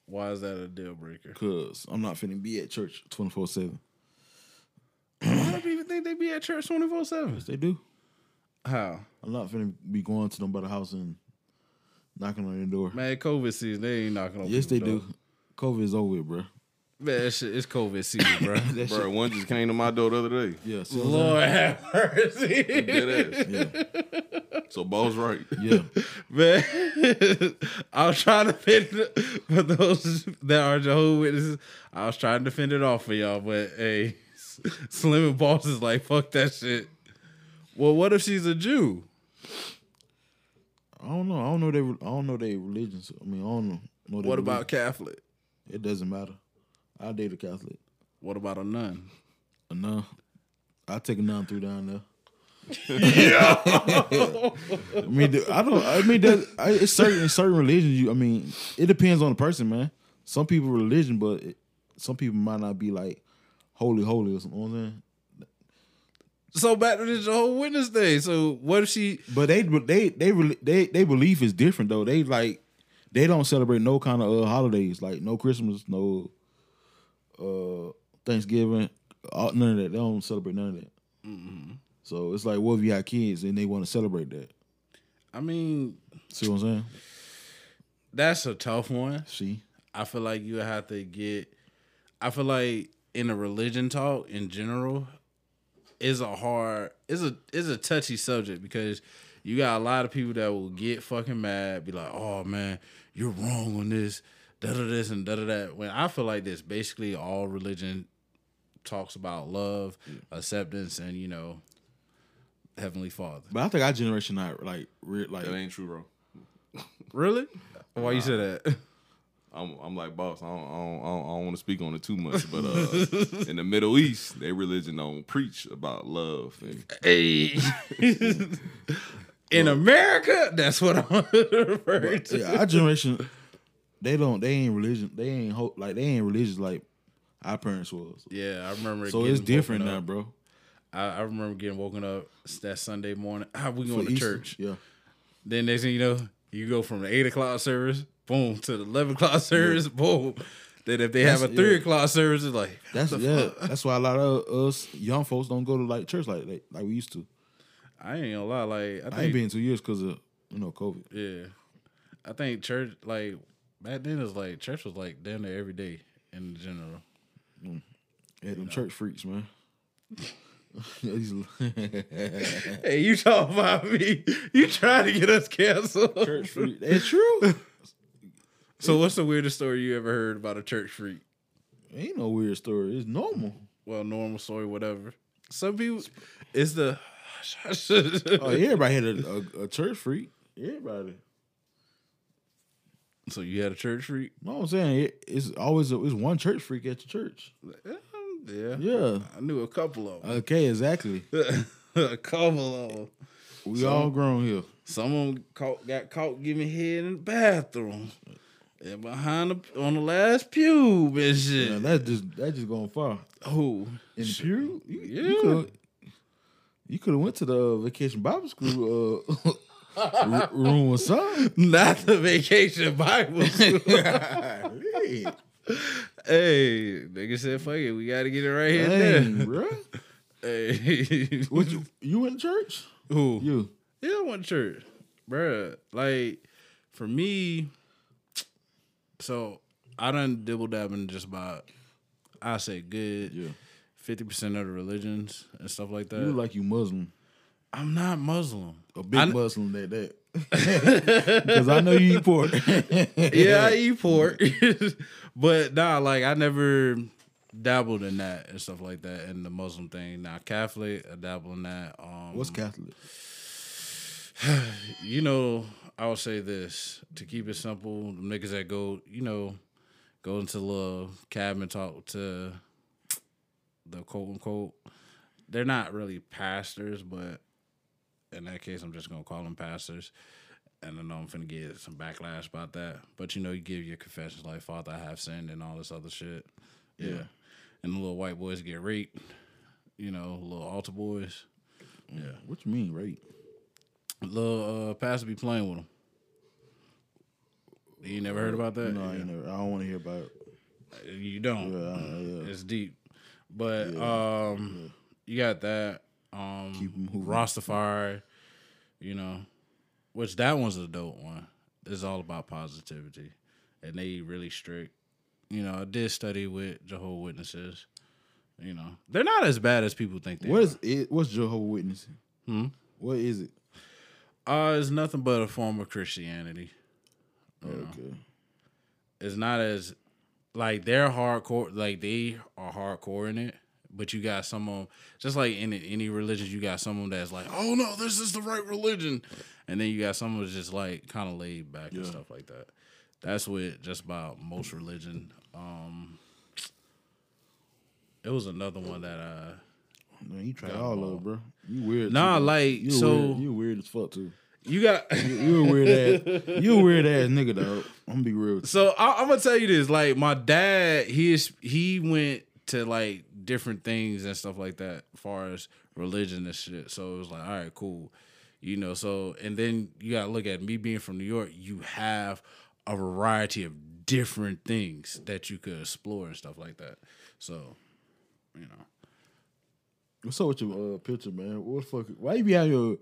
Speaker 4: Why is that a deal breaker?
Speaker 5: cause I'm not finna be at church 24 seven.
Speaker 4: Why do people think they be at church twenty four seven?
Speaker 5: They do.
Speaker 4: How?
Speaker 5: I'm not finna be going to nobody's house and knocking on their door.
Speaker 4: Man, COVID season, they ain't knocking on.
Speaker 5: yes, they
Speaker 4: people's
Speaker 5: do.
Speaker 4: door.
Speaker 5: COVID is over, with, bro.
Speaker 4: Man, that shit, it's COVID season, bro.
Speaker 5: That
Speaker 6: Bro, one just came to my door the other day.
Speaker 5: shit, yeah, see what
Speaker 4: Lord have mercy,
Speaker 6: Dead ass.
Speaker 5: I'm saying?
Speaker 6: So Bo's right.
Speaker 5: yeah, yeah.
Speaker 4: man. I was trying to defend for those that are Jehovah Witnesses. I was trying to fend it off for y'all, but hey, Slim and Boss is like, fuck that shit. Well, what if she's a Jew?
Speaker 5: I don't know. I don't know their. I don't know their religions. I mean, I don't know. know their
Speaker 4: What about
Speaker 5: religion.
Speaker 4: Catholic?
Speaker 5: It doesn't matter. I date a Catholic.
Speaker 4: What about a nun?
Speaker 5: A nun. I take a nun through down there. yeah. I mean, the- I don't. I mean, that, I, it's certain in certain religions. You, I mean, it depends on the person, man. Some people religion, but it, some people might not be like holy, holy or something. You know what I'm saying?
Speaker 4: So back to this whole witness thing. So what if she?
Speaker 5: But they, but they, they, they, they, they belief is different though. They like, they don't celebrate no kind of uh, holidays, like no Christmas, no uh Thanksgiving, all, none of that. They don't celebrate none of that. Mm-hmm. So it's like, what if you got kids and they want to celebrate that?
Speaker 4: I mean,
Speaker 5: See what I'm saying?
Speaker 4: that's a tough one.
Speaker 5: See,
Speaker 4: I feel like you have to get. I feel like in a religion talk in general is a hard is a is a touchy subject because you got a lot of people that will get fucking mad, be like, "Oh man, you're wrong on this, da da this and da da that." When I feel like this, basically all religion talks about love, acceptance, and you know, heavenly father.
Speaker 5: but I think our generation not like, re- like,
Speaker 6: That ain't true, bro.
Speaker 4: Really? Why you say that?
Speaker 6: I'm, I'm like boss. I don't, I don't, I don't, I don't want to speak on it too much, but uh, in the Middle East, their religion don't preach about love. And
Speaker 4: Hey. In America, that's what I'm referring to.
Speaker 5: yeah, our generation, they don't, they ain't religion, they ain't hope, like, they ain't religious like our parents was.
Speaker 4: Yeah, I remember.
Speaker 5: So
Speaker 4: getting
Speaker 5: it's different
Speaker 4: woken
Speaker 5: now,
Speaker 4: up.
Speaker 5: bro.
Speaker 4: I, I remember getting woken up that Sunday morning. Ah, we
Speaker 5: For
Speaker 4: going to
Speaker 5: Easter,
Speaker 4: church.
Speaker 5: yeah.
Speaker 4: Then next thing you know, you go from the eight o'clock service, boom, to the eleven o'clock service, boom. Then if they have a
Speaker 5: That's-
Speaker 4: three
Speaker 5: yeah.
Speaker 4: o'clock service, it's like
Speaker 5: That's yeah. That's why a lot of us young folks don't go to like church like like, like we used to.
Speaker 4: I ain't gonna lie, like I think
Speaker 5: I ain't been in two years because of you know COVID.
Speaker 4: yeah, I think church like back then it was like church was like damn near every day in general.
Speaker 5: Yeah, them church freaks, man. These-
Speaker 4: Hey, you talking about me? You trying to get us canceled?
Speaker 5: church freak. It's true.
Speaker 4: So what's the weirdest story you ever heard about a church freak?
Speaker 5: Ain't no weird story. It's normal.
Speaker 4: well, normal story, whatever. Some people, it's the.
Speaker 5: Oh, everybody had a, a, a church freak. Everybody.
Speaker 4: so you had a church freak?
Speaker 5: You know what I'm saying? It, it's always a, it's one church freak at your church.
Speaker 4: Yeah.
Speaker 5: Yeah.
Speaker 4: I knew a couple of
Speaker 5: Okay, exactly.
Speaker 4: them. a couple of them.
Speaker 5: We all grown here.
Speaker 4: Some of them caught, got caught giving head in the bathroom. And behind the on the last pube and shit.
Speaker 5: Yeah, that's just that's just going far.
Speaker 4: oh,
Speaker 5: In the pew, you,
Speaker 4: Yeah.
Speaker 5: you could, You could have went to the uh, vacation Bible school uh, r- room or something.
Speaker 4: Not the vacation Bible school.
Speaker 5: Hey,
Speaker 4: hey, nigga said, fuck it. We got to get it right here.
Speaker 5: Dang,
Speaker 4: and there.
Speaker 5: bro.
Speaker 4: Hey.
Speaker 5: What you you went to church?
Speaker 4: Who?
Speaker 5: You
Speaker 4: Yeah, I went to church, bruh. Like for me, so I done dibble dabbing just about I say
Speaker 5: Yeah.
Speaker 4: good fifty percent of the religions and stuff like that.
Speaker 5: you like you Muslim,
Speaker 4: I'm not Muslim.
Speaker 5: a big
Speaker 4: I-
Speaker 5: Muslim that that. Because I know you eat pork.
Speaker 4: yeah, I eat pork, but nah, like I never dabbled in that and stuff like that and the Muslim thing. Now Catholic, I dabble in that. Um,
Speaker 5: What's Catholic?
Speaker 4: you know, I will say this to keep it simple. The niggas that go, you know, go into the little cabin and talk to the quote unquote. They're not really pastors, but in that case, I'm just gonna call them pastors. And I know I'm finna get some backlash about that, but you know, you give your confessions like "Father, I have sinned" and all this other shit. Yeah, and the little white boys get raped. You know, little altar boys.
Speaker 5: What you mean, right?
Speaker 4: Little uh, Pastor be playing with him. You ain't never heard about that?
Speaker 5: No, I ain't never. I don't want to hear about it.
Speaker 4: You don't.
Speaker 5: Uh, yeah.
Speaker 4: It's deep. But um you got that. Um
Speaker 5: Keep 'em moving.
Speaker 4: Rastafari, you know. Which that one's an adult one. It's all about positivity. And they really strict. You know, I did study with Jehovah Witnesses. You know. They're not as bad as people think they
Speaker 5: What
Speaker 4: are.
Speaker 5: is it? What's Jehovah Witness?
Speaker 4: Hmm?
Speaker 5: What is it?
Speaker 4: uh it's nothing but a form of Christianity.
Speaker 5: Okay.
Speaker 4: it's not as like they're hardcore like they are hardcore in it but you got some of 'em- just like in any religion you got some of 'em that's like oh no this is the right religion and then you got some that's just like kind of laid back and stuff like that that's what just about most religion um it was another one that uh
Speaker 5: No, you try
Speaker 4: Got
Speaker 5: all of
Speaker 4: ball.
Speaker 5: it, bro. You weird.
Speaker 4: nah
Speaker 5: too, bro.
Speaker 4: like
Speaker 5: you
Speaker 4: so
Speaker 5: weird, you weird as fuck too.
Speaker 4: you got
Speaker 5: You a weird ass. You a weird ass nigga though. I'm gonna be real. With
Speaker 4: So I, I'm gonna tell you this. Like my dad, he is he went to like different things and stuff like that, as far as religion and shit. So it was like, all right, cool, you know. So and then you gotta look at me being from New York. You have a variety of different things that you could explore and stuff like that. So you know,
Speaker 5: you. What's up with your uh, picture, man? What the fuck? Why you be having your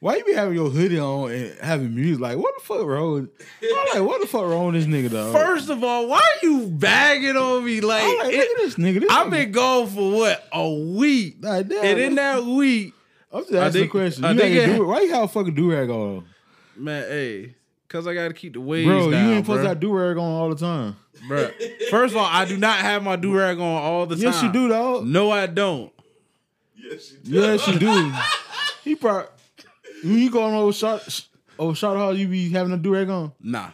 Speaker 5: Why you be having your hoodie on and having music? Like what the fuck wrong? I'm like what the fuck wrong with this nigga though?
Speaker 4: first of all, why are you bagging on me? Like,
Speaker 5: I'm like,
Speaker 4: it-
Speaker 5: look at this nigga. This
Speaker 4: I've
Speaker 5: nigga-
Speaker 4: been gone for what a week,
Speaker 5: Like, damn,
Speaker 4: and in that week.
Speaker 5: I'm just asking
Speaker 4: think-
Speaker 5: a question.
Speaker 4: I
Speaker 5: You got
Speaker 4: think
Speaker 5: your
Speaker 4: it-
Speaker 5: do- why you have a fucking do rag on?
Speaker 4: Man, hey, cause I gotta keep the waves
Speaker 5: Bro,
Speaker 4: down,
Speaker 5: you ain't supposed to
Speaker 4: bro.
Speaker 5: have do rag on all the time.
Speaker 4: Bruh. First of all, I do not have my do rag on all the
Speaker 5: Yes,
Speaker 4: time.
Speaker 5: you do though.
Speaker 4: No, I don't.
Speaker 5: Yes, you do. He probably when you go on old shot old shot hall, you be having a do rag on.
Speaker 4: Nah.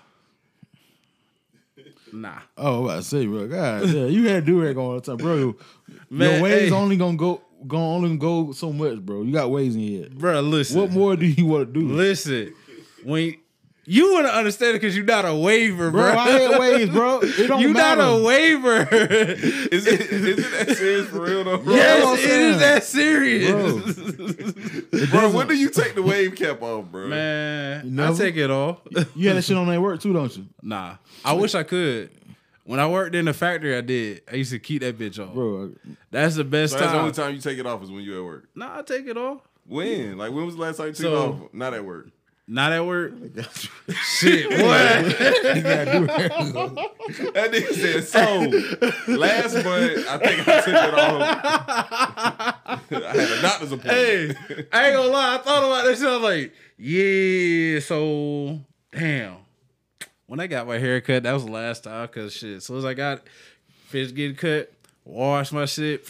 Speaker 4: Nah.
Speaker 5: Oh, I'm about to say, bro, God, yeah, you had do rag on all the time, bro.
Speaker 4: Man,
Speaker 5: your waves
Speaker 4: hey.
Speaker 5: only gonna go, gonna only go so much, bro. You got waves in your head.
Speaker 4: Bruh, listen.
Speaker 5: What more do you want to do,
Speaker 4: Listen. When you wouldn't understand it because you're not a waiver,
Speaker 5: bro?
Speaker 4: bro.
Speaker 5: I had waves, bro. It don't
Speaker 4: you
Speaker 5: matter.
Speaker 4: not a waiver.
Speaker 6: Is it is it that serious for real though? Bro,
Speaker 5: That's what I'm
Speaker 4: yes, it
Speaker 5: saying.
Speaker 4: is that serious.
Speaker 5: Bro.
Speaker 6: bro when do you take the wave cap off, bro?
Speaker 4: Man, I
Speaker 5: never-
Speaker 4: take it all.
Speaker 5: You had that shit on at work too, don't you,
Speaker 4: nah. I wish I could. When I worked in the factory, I did. I used to keep that bitch on.
Speaker 5: bro?
Speaker 4: That's the best
Speaker 6: So that's the
Speaker 4: time.
Speaker 6: only time you take it off is when you at work.
Speaker 4: Nah, I take it off.
Speaker 6: When? Like when was the last time you took
Speaker 4: So-
Speaker 6: it off? Not at work.
Speaker 4: Not at work. Shit, what?
Speaker 6: That nigga said so. last month, I think I took it off. I had a doctor's appointment.
Speaker 4: hey, I ain't gonna lie. I thought about this. shit. I was like, yeah. So damn. When I got my hair cut, that was the last time. Cause shit, as soon as I got finished getting cut, wash my shit,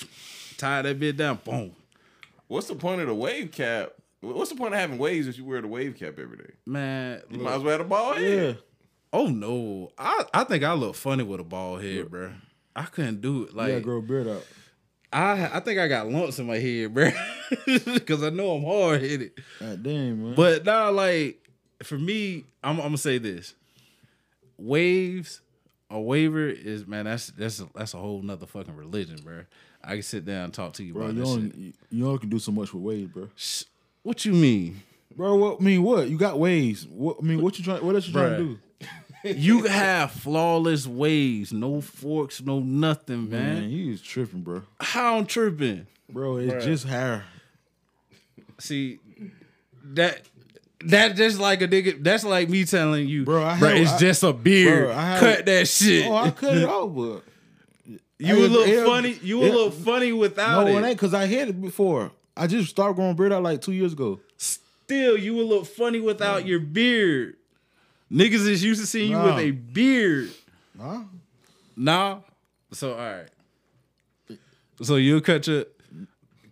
Speaker 4: tie that bit down, boom.
Speaker 6: What's the point of the wave cap? What's the point of having waves if you wear the wave cap every day?
Speaker 4: Man,
Speaker 6: You
Speaker 4: look.
Speaker 6: might as well have a ball
Speaker 5: Yeah,
Speaker 6: head.
Speaker 4: oh no, I, I think I look funny with a bald head, bro. I couldn't do it. Like
Speaker 5: yeah, grow a beard out.
Speaker 4: I, I think I got lumps in my head, bro, because I know I'm hard headed.
Speaker 5: God damn, man.
Speaker 4: But nah, like for me, I'm, I'm gonna say this: waves a waiver is man. That's that's that's a whole nother fucking religion, bro. I can sit down and talk to you
Speaker 5: Bro,
Speaker 4: about
Speaker 5: you
Speaker 4: this
Speaker 5: don't,
Speaker 4: shit.
Speaker 5: you- you don't can do so much with Wade, bro.
Speaker 4: Sh- What you mean?
Speaker 5: Bro, what I mean what? You got ways. What I mean, what you trying what else you trying to
Speaker 4: Bruh.
Speaker 5: do?
Speaker 4: You have flawless ways, no forks, no nothing, man.
Speaker 5: Man, you is tripping, bro.
Speaker 4: How I'm tripping?
Speaker 5: Bro, it's just hair.
Speaker 4: See that. That just like a nigga. That's like me telling you,
Speaker 5: Bro, I had-
Speaker 4: it's
Speaker 5: I-
Speaker 4: just a beard.
Speaker 5: Bro, I had-
Speaker 4: Cut that shit.
Speaker 5: Oh, I cut it off, but
Speaker 4: you
Speaker 5: I-
Speaker 4: would look
Speaker 5: it-
Speaker 4: funny. You would
Speaker 5: it-
Speaker 4: look funny without
Speaker 5: no,
Speaker 4: it.
Speaker 5: it ain't because I had it before. I just started growing beard out like two years ago.
Speaker 4: Still, you would look funny without your beard. Niggas is used to seeing you
Speaker 5: Nah.
Speaker 4: with a beard.
Speaker 5: Huh?
Speaker 4: Nah. So all right. So you'll cut your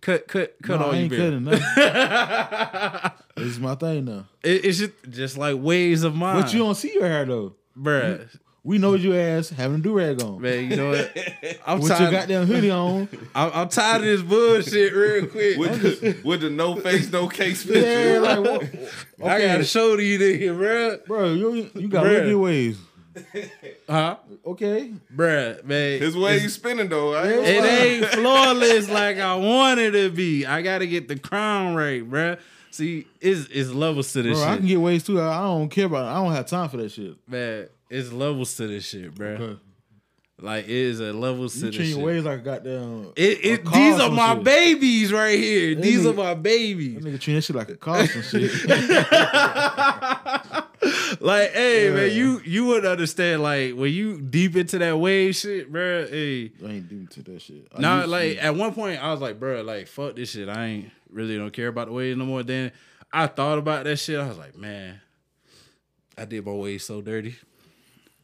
Speaker 4: cut cut cut
Speaker 5: No,
Speaker 4: all
Speaker 5: I
Speaker 4: your
Speaker 5: ain't
Speaker 4: beard.
Speaker 5: cutting nothing. this is my thing now.
Speaker 4: It, it's just, just like ways of mine.
Speaker 5: But you don't see your hair though.
Speaker 4: bruh.
Speaker 5: We know your ass having a do rag on.
Speaker 4: Man, you know what? I'm
Speaker 5: With your
Speaker 4: tired.
Speaker 5: goddamn hoodie on.
Speaker 4: I'm, I'm tired of this bullshit. Real quick,
Speaker 6: With the, with the no face, no case picture.
Speaker 5: yeah, like what?
Speaker 4: I gotta show to you, nigga, bruh.
Speaker 5: Bro, you you got
Speaker 4: Bruh.
Speaker 5: look your ways.
Speaker 4: Huh,
Speaker 5: Okay.
Speaker 4: bruh, man.
Speaker 6: His way he's spinning though. I ain't
Speaker 4: It
Speaker 6: gonna lie.
Speaker 4: ain't flawless like I wanted to be. I gotta get the crown right, bruh. See, it's it's levels to this
Speaker 5: Bro, I
Speaker 4: shit,
Speaker 5: can get ways too. I I don't care about it. I don't have time for that shit.
Speaker 4: man. It's levels to this shit, bruh.
Speaker 5: Okay.
Speaker 4: Like it is a levels to
Speaker 5: You
Speaker 4: this
Speaker 5: treat
Speaker 4: shit.
Speaker 5: your ways like a goddamn.
Speaker 4: it, it,
Speaker 5: a car
Speaker 4: these
Speaker 5: or
Speaker 4: are
Speaker 5: some
Speaker 4: my
Speaker 5: shit.
Speaker 4: babies right here. These
Speaker 5: nigga-
Speaker 4: are my
Speaker 5: That
Speaker 4: babies.
Speaker 5: nigga treat that shit like a cost and shit.
Speaker 4: Like, hey, man, you you would understand. Like, when you deep into that wave shit, bruh, hey,
Speaker 5: I ain't doing to that shit. I
Speaker 4: Nah,
Speaker 5: used to.
Speaker 4: like at one point I was like, bro, like fuck this shit. I ain't really don't care about the way no more. Then I thought about that shit. I was like, man, I did my way so dirty.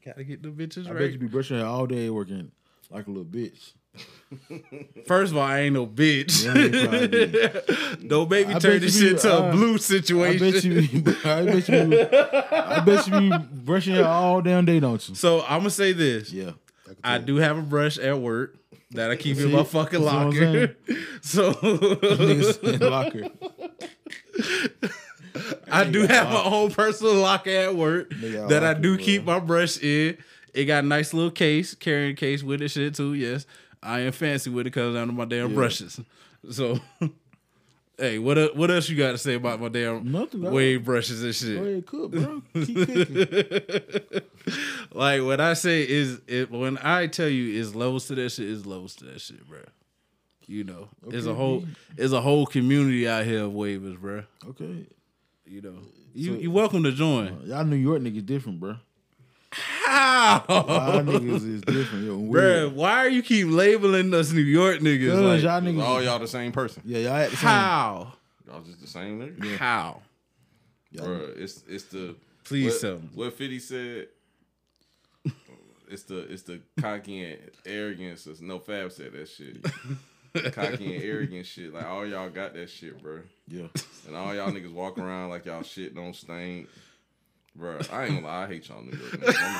Speaker 4: Gotta get the bitches
Speaker 5: I bet you
Speaker 4: right.
Speaker 5: be brushing your hair all day working like a little bitch.
Speaker 4: First of all, I ain't no bitch.
Speaker 5: Yeah, you probably
Speaker 4: don't make me
Speaker 5: I
Speaker 4: turn
Speaker 5: bet
Speaker 4: this
Speaker 5: you be-
Speaker 4: shit to a
Speaker 5: uh,
Speaker 4: blue
Speaker 5: I
Speaker 4: situation.
Speaker 5: bet you. Be, I bet you. Be, I bet you be brushing your hair all damn day, don't you?
Speaker 4: so I'm gonna say this.
Speaker 5: Yeah.
Speaker 4: I do have a brush at work that I keep in my
Speaker 5: See?
Speaker 4: fucking
Speaker 5: That's what I'm
Speaker 4: locker. so
Speaker 5: Niggas in the locker.
Speaker 4: I do have my own personal locker at work
Speaker 5: Nigga, I
Speaker 4: that I
Speaker 5: like it,
Speaker 4: do
Speaker 5: bro.
Speaker 4: keep my brush in. It got a nice little case, carrying case with it, shit too. Yes, I am fancy with it because under my damn brushes. So, hey, what el- what else you got to say about my damn
Speaker 5: Nothing, bro.
Speaker 4: wave brushes and
Speaker 5: Go
Speaker 4: shit?
Speaker 5: ahead, cook, bro. Keep cooking.
Speaker 4: Like what I say is, it, when I tell you is levels to that shit, is levels to that shit, bro. You know, it's a
Speaker 5: Okay,
Speaker 4: whole it's a whole community out here of waivers, bro.
Speaker 5: Okay.
Speaker 4: You know, you
Speaker 5: So-
Speaker 4: you welcome to join.
Speaker 5: Y'all New York niggas different, bro.
Speaker 4: How?
Speaker 5: Y'all niggas is different. Yo,
Speaker 4: Bruh,
Speaker 5: weird.
Speaker 4: why are you keep labeling us New York niggas? Like,
Speaker 5: Cause y'all niggas.
Speaker 6: All y'all the same person.
Speaker 5: yeah, y'all at the same.
Speaker 4: how?
Speaker 6: Y'all just the same nigga.
Speaker 4: How?
Speaker 5: y'all-
Speaker 6: Bro, it's it's the
Speaker 4: Please
Speaker 6: what,
Speaker 4: tell me.
Speaker 6: what Fifty said. It's the it's the cocky and arrogance. It's no Fab said that shit. cocky and arrogant shit. Like all y'all got that shit, bro.
Speaker 5: Yeah.
Speaker 6: And all y'all niggas walk around like y'all shit don't stink. Bro, I ain't gonna lie, I hate y'all New York niggas. I'ma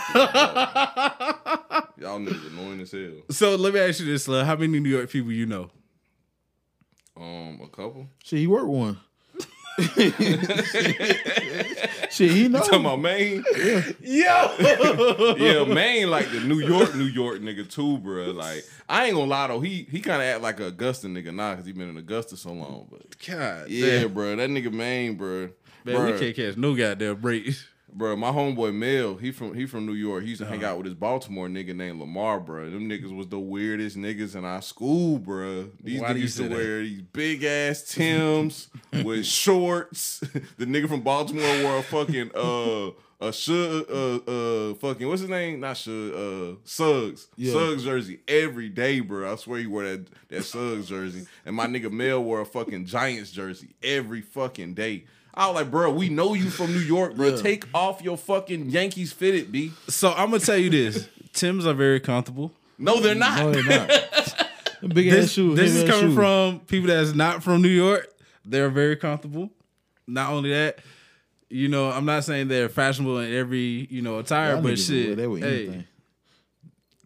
Speaker 6: keep it raw. y'all niggas annoying as hell.
Speaker 4: So let me ask you this, love. How many New York people you know?
Speaker 6: Um, a couple.
Speaker 5: Shit, he worked one. Shit, he know.
Speaker 6: Talking about Maine,
Speaker 4: Yo!
Speaker 6: yeah, Maine like the New York, New York nigga too, bro. Like I ain't gonna lie though, he he kind of act like a Augusta nigga now because he been in Augusta so long. But
Speaker 4: God
Speaker 6: yeah,
Speaker 4: damn.
Speaker 6: bro, that nigga Maine, bro.
Speaker 4: Man, we can't catch no goddamn break.
Speaker 6: Bro, my homeboy Mel, he from he from New York. He used to
Speaker 4: Uh-huh.
Speaker 6: hang out with this Baltimore nigga named Lamar, bro. Them niggas was the weirdest niggas in our school, bro. These
Speaker 4: Why do
Speaker 6: niggas
Speaker 4: you
Speaker 6: used
Speaker 4: say
Speaker 6: to
Speaker 4: that?
Speaker 6: wear these big ass Tims with shorts. the nigga from Baltimore wore a fucking uh a Shug uh uh fucking what's his name? Not Shug, uh Suggs.
Speaker 5: Yeah.
Speaker 6: Suggs jersey every day, bro. I swear he wore that that Suggs jersey. And my nigga Mel wore a fucking Giants jersey every fucking day. I was like, bro, we know you from New York, bro. Take off your fucking Yankees fitted, B.
Speaker 4: So I'm gonna tell you this. Tims are very comfortable.
Speaker 6: No, they're not.
Speaker 5: No, they not. Them big ass
Speaker 4: This,
Speaker 5: shoes.
Speaker 4: this is
Speaker 5: heavy ass
Speaker 4: coming
Speaker 5: shoes.
Speaker 4: from people that's not from New York. They're very comfortable. Not only that, you know, I'm not saying they're fashionable in every, you know, attire,
Speaker 5: Y'all
Speaker 4: but
Speaker 5: niggas
Speaker 4: shit.
Speaker 5: wear That with
Speaker 4: Hey,
Speaker 5: anything.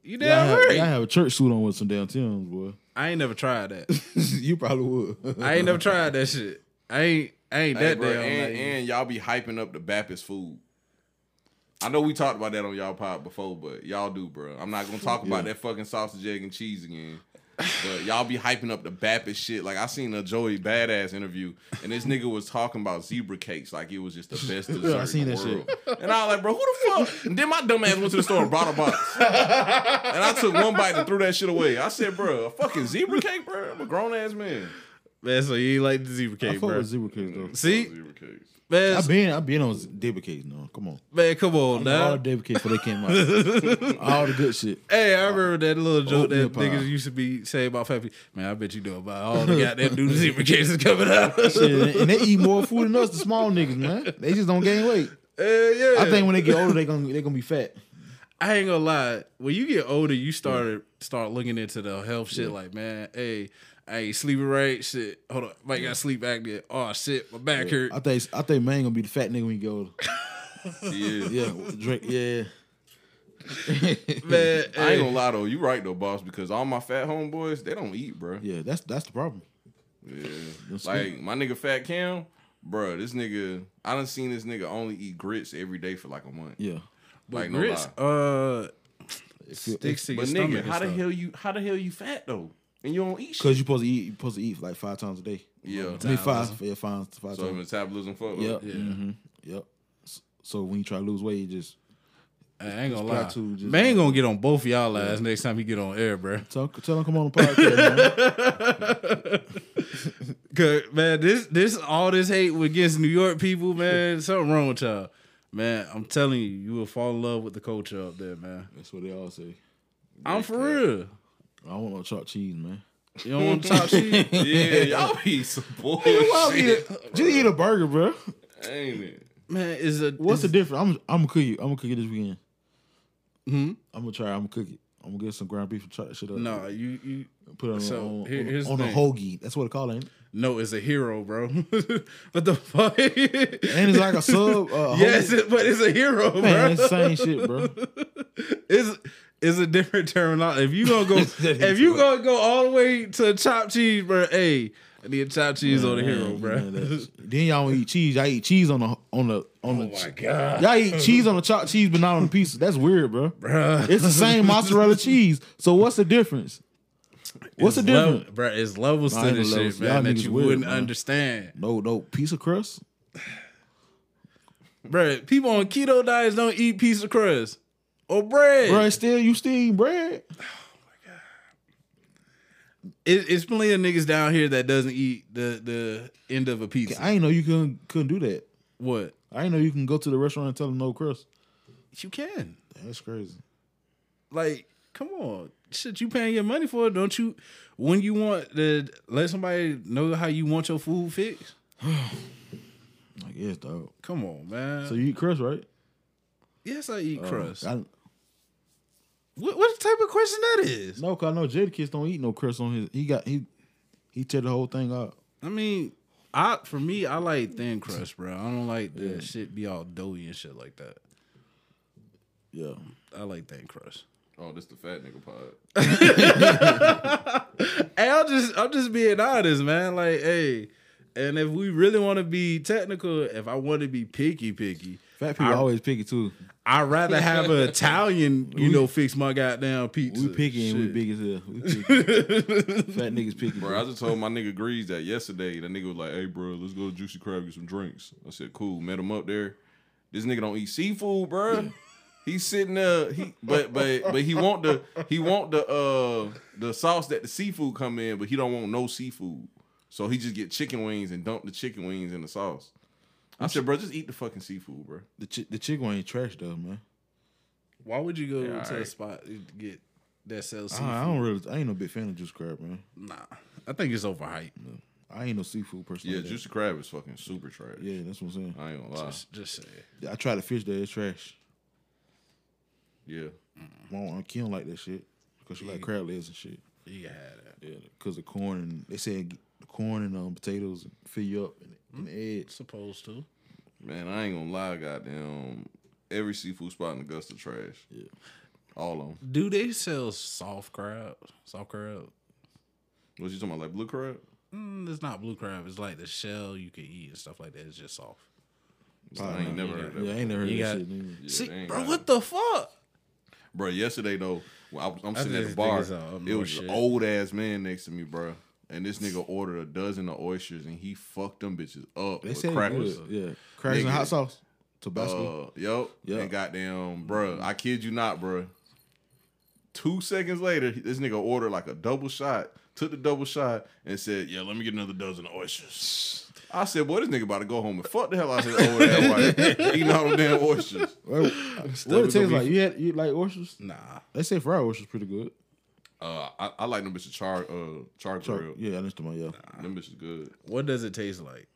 Speaker 4: you
Speaker 5: Y'all
Speaker 4: damn
Speaker 5: have,
Speaker 4: right.
Speaker 5: y'all have a church suit on with some damn Tim's, boy.
Speaker 4: I ain't never tried that.
Speaker 5: you probably would.
Speaker 4: I ain't never tried that shit. I ain't I ain't
Speaker 6: Hey,
Speaker 4: that
Speaker 6: bro,
Speaker 4: damn.
Speaker 6: and,
Speaker 4: like-
Speaker 6: and y'all be hyping up the Baptist food. I know we talked about that on y'all pod before, but y'all do, bro. I'm not gonna talk about that fucking sausage, egg, and cheese again. But y'all be hyping up the Baptist shit. Like I seen a Joey badass interview, and this nigga was talking about zebra cakes like it was just the best dessert
Speaker 5: I seen
Speaker 6: in the
Speaker 5: that
Speaker 6: world. And I was like, bro, who the fuck? And then my dumb ass went to the store and bought a box. And I took one bite and threw that shit away. I said, bro, a fucking zebra cake, bro. I'm a grown ass man.
Speaker 4: Man, so you ain't like the zebra
Speaker 5: I
Speaker 4: cake,
Speaker 5: fuck
Speaker 4: bro.
Speaker 5: with zebra cakes though.
Speaker 4: See,
Speaker 6: Zebra cakes.
Speaker 4: man,
Speaker 5: I've been I've been on zebra cakes now. Come on,
Speaker 4: man, come on
Speaker 5: all
Speaker 4: now.
Speaker 5: the zebra cakes before they came out. all the good shit.
Speaker 4: Hey, I remember that little joke
Speaker 5: Oatmeal
Speaker 4: that
Speaker 5: pie.
Speaker 4: niggas used to be saying about Fappy. Man, I bet you know about all the goddamn new zebra cakes is coming out.
Speaker 5: Shit, and they eat more food than us, the small niggas, man. They just don't gain weight.
Speaker 4: Hell yeah.
Speaker 5: I think when they get older, they gonna they gonna be fat.
Speaker 4: I ain't gonna lie. When you get older, you start start looking into the health shit. Like, man, hey, I ain't sleeping right. Shit, hold on, might got sleep apnea. Oh shit, my back hurt.
Speaker 5: I think I think man gonna be the fat nigga when he get older.
Speaker 6: Yeah.
Speaker 5: Yeah, drink. Yeah,
Speaker 4: man,
Speaker 6: I ain't
Speaker 4: hey,
Speaker 6: gonna lie though, you right though, boss, because all my fat homeboys, they don't eat, bro.
Speaker 5: yeah. That's that's the problem.
Speaker 6: Yeah.
Speaker 5: That's
Speaker 6: Like my nigga Fat Cam, bro, this nigga, I done seen this nigga only eat grits every day for like a month.
Speaker 5: Yeah.
Speaker 6: Like no
Speaker 4: grits,
Speaker 6: lie.
Speaker 4: uh, sticks to your
Speaker 6: But
Speaker 4: stomach.
Speaker 6: nigga,
Speaker 4: and
Speaker 6: how the
Speaker 4: stuff.
Speaker 6: hell you how the hell you fat though? And you don't eat shit.
Speaker 5: Cause you supposed to eat, you supposed to eat like five times a day.
Speaker 6: Yeah.
Speaker 5: I mean, five, yeah, five, five
Speaker 6: So
Speaker 5: times.
Speaker 6: metabolism uh, fuck. up.
Speaker 5: Yep.
Speaker 4: Yeah.
Speaker 5: mhm, Yep. S- So when you try to lose weight, you just
Speaker 4: I ain't gonna
Speaker 5: Just
Speaker 4: lie.
Speaker 5: plateau, just-
Speaker 4: Man gonna get on both of y'all lives next time he get on air, bro.
Speaker 5: tell tell them come on the podcast. man.
Speaker 4: Cause man, this this all this hate against New York people, man. something wrong with y'all, man. I'm telling you, you will fall in love with the culture up there, man.
Speaker 5: That's what they all say.
Speaker 4: I'm for real.
Speaker 5: I don't want no chopped cheese, man.
Speaker 4: You don't want to talk shit.
Speaker 6: Yeah, y'all be some
Speaker 5: Just
Speaker 6: bullshit,
Speaker 5: eat a burger, bro.
Speaker 6: ain't it?
Speaker 4: Man, is a
Speaker 5: What's the
Speaker 4: is,
Speaker 5: difference? I'm I'm gonna cook you. I'm gonna cook it this weekend.
Speaker 4: Hmm?
Speaker 5: I'm gonna try. I'm gonna cook it. I'm gonna get some ground beef and chop that shit up.
Speaker 4: no? You you
Speaker 5: put it on,
Speaker 4: so,
Speaker 5: on,
Speaker 4: here-
Speaker 5: on-
Speaker 4: here's the
Speaker 5: on a
Speaker 4: thing.
Speaker 5: hoagie. That's what they call it. ain't it?
Speaker 4: no is a hero, bro. what the fuck? And
Speaker 5: And it's like a sub. Uh,
Speaker 4: yes,
Speaker 5: hoagie.
Speaker 4: it, but it's a hero,
Speaker 5: man, it's
Speaker 4: bro.
Speaker 5: the same shit, bro.
Speaker 4: It's it's a different terminology. If you gonna go, if you gonna go all the way to chopped cheese, bro. Hey, I need a chopped cheese on the hero,
Speaker 5: Man,
Speaker 4: bro.
Speaker 5: man, that's- then y'all don't eat cheese. Y'all eat cheese on the on the on the.
Speaker 4: Oh my god,
Speaker 5: Y'all eat cheese on the chopped cheese, but not on the pizza. That's weird, bro.
Speaker 4: bro.
Speaker 5: It's the same mozzarella cheese. So what's the difference? What's the difference?
Speaker 4: bro? It's levels
Speaker 5: Nah,
Speaker 4: to
Speaker 5: ain't no
Speaker 4: this shit,
Speaker 5: levels. Y'all
Speaker 4: man, that
Speaker 5: niggas
Speaker 4: you
Speaker 5: weird,
Speaker 4: wouldn't
Speaker 5: man.
Speaker 4: understand,
Speaker 5: No, no pizza crust.
Speaker 4: bro. People on keto diets don't eat pizza crust or bread.
Speaker 5: Bro, it's still you still eating bread.
Speaker 4: It, it's plenty of niggas down here that doesn't eat the the end of a pizza.
Speaker 5: I ain't know you couldn't couldn't do that.
Speaker 4: what
Speaker 5: I ain't know you can go to the restaurant and tell them no crust.
Speaker 4: you can
Speaker 5: That's crazy.
Speaker 4: like, come on, shit. You paying your money for it, don't you? When you want to let somebody know how you want your food fixed,
Speaker 5: I guess, dog.
Speaker 4: come on, man.
Speaker 5: So you eat crust, right?
Speaker 4: yes, I eat crust.
Speaker 5: I,
Speaker 4: what, what type of question that is?
Speaker 5: no, cause I know Jada Kiss don't eat no crust on his. He got he he tear the whole thing out.
Speaker 4: I mean, I for me, I like thin crust, bro. I don't like the shit be all doughy and shit like that.
Speaker 5: Yeah.
Speaker 4: I like thin crust.
Speaker 6: Oh, this the fat nigga pod.
Speaker 4: Hey, I'm just I'm just being honest, man. Like, hey, and if we really want to be technical, if I want to be picky, picky,
Speaker 5: Fat people always picky too.
Speaker 4: I'd rather have an Italian, you know, fix my goddamn pizza.
Speaker 5: We picky and we
Speaker 4: Shit.
Speaker 5: big as hell. We picky. Fat niggas picky.
Speaker 6: Bro, I just told my nigga Grease that yesterday. The nigga was like, "Hey, bro, let's go to Juicy Crab get some drinks." I said, "Cool." Met him up there. This nigga don't eat seafood, bro. He's sitting there. He but but but he want the he want the uh the sauce that the seafood come in, but he don't want no seafood. So he just get chicken wings and dump the chicken wings in the sauce. I said, bro, just eat the fucking seafood, bro.
Speaker 5: The chi- the chicken ain't trash though, man.
Speaker 4: Why would you go
Speaker 6: Yeah,
Speaker 4: to a
Speaker 6: alright.
Speaker 4: spot to get that sells seafood?
Speaker 5: Uh, I, I don't really. I ain't no big fan of juice crab, man.
Speaker 4: nah, I think it's overhyped.
Speaker 5: I ain't no seafood person.
Speaker 6: Yeah,
Speaker 5: like that.
Speaker 6: Juicy Crab is fucking super trash.
Speaker 5: Yeah, that's what I'm saying.
Speaker 6: I ain't gonna lie.
Speaker 4: Just, just say it.
Speaker 5: I tried to fish there. It's trash.
Speaker 6: Yeah.
Speaker 5: My aunt Kim like that shit because she like crab legs and shit.
Speaker 4: you can have that.
Speaker 5: Yeah, because the corn and they said the corn and um, potatoes fill you up and,
Speaker 6: Hmm?
Speaker 5: and the eggs.
Speaker 4: Supposed to.
Speaker 6: Man, I ain't gonna lie, goddamn. Every seafood spot in Augusta trash. Yeah. All of them.
Speaker 4: Do they sell soft crab? Soft crab?
Speaker 6: What you talking about? Like blue crab?
Speaker 4: Mm, it's not blue crab. It's like the shell you can eat and stuff like that. It's just soft.
Speaker 6: So I ain't never heard that.
Speaker 5: Yeah, I ain't never heard
Speaker 4: You
Speaker 5: that
Speaker 4: got-
Speaker 5: shit. neither.
Speaker 6: Yeah,
Speaker 4: See,
Speaker 6: they ain't
Speaker 4: bro,
Speaker 6: got it.
Speaker 4: what the fuck?
Speaker 6: Bro, yesterday though, when I, I'm
Speaker 4: I
Speaker 6: sitting at
Speaker 4: just
Speaker 6: the
Speaker 4: think
Speaker 6: bar.
Speaker 4: it's all up
Speaker 6: It
Speaker 4: north
Speaker 6: was an
Speaker 4: shit.
Speaker 6: old ass man next to me, bro. And this nigga ordered a dozen of oysters, and he fucked them bitches up
Speaker 5: They
Speaker 6: with
Speaker 5: said
Speaker 6: crackers.
Speaker 5: crackers. Yeah, crackers and
Speaker 6: Nigga.
Speaker 5: hot sauce, Tabasco.
Speaker 6: Uh, yo,
Speaker 5: Yeah.
Speaker 6: and goddamn,
Speaker 4: Mm-hmm.
Speaker 6: bro. I kid you not, bro. Two seconds later, this nigga ordered like a double shot, took the double shot, and said, "Yeah, let me get another dozen of oysters." I said, "Boy, this nigga about to go home and fuck the hell out of his old ass wife, eating all them damn oysters."
Speaker 5: Well, what it
Speaker 4: Stomach
Speaker 5: tastes
Speaker 4: gonna
Speaker 5: like?
Speaker 4: be-
Speaker 5: You had you like oysters?
Speaker 4: Nah,
Speaker 5: They say fried oysters pretty good.
Speaker 6: Uh, I, I like them bitches char, uh, char
Speaker 5: Char-
Speaker 6: grilled.
Speaker 5: yeah, I understand. Yeah,
Speaker 6: Them bitches good.
Speaker 4: what does it taste like?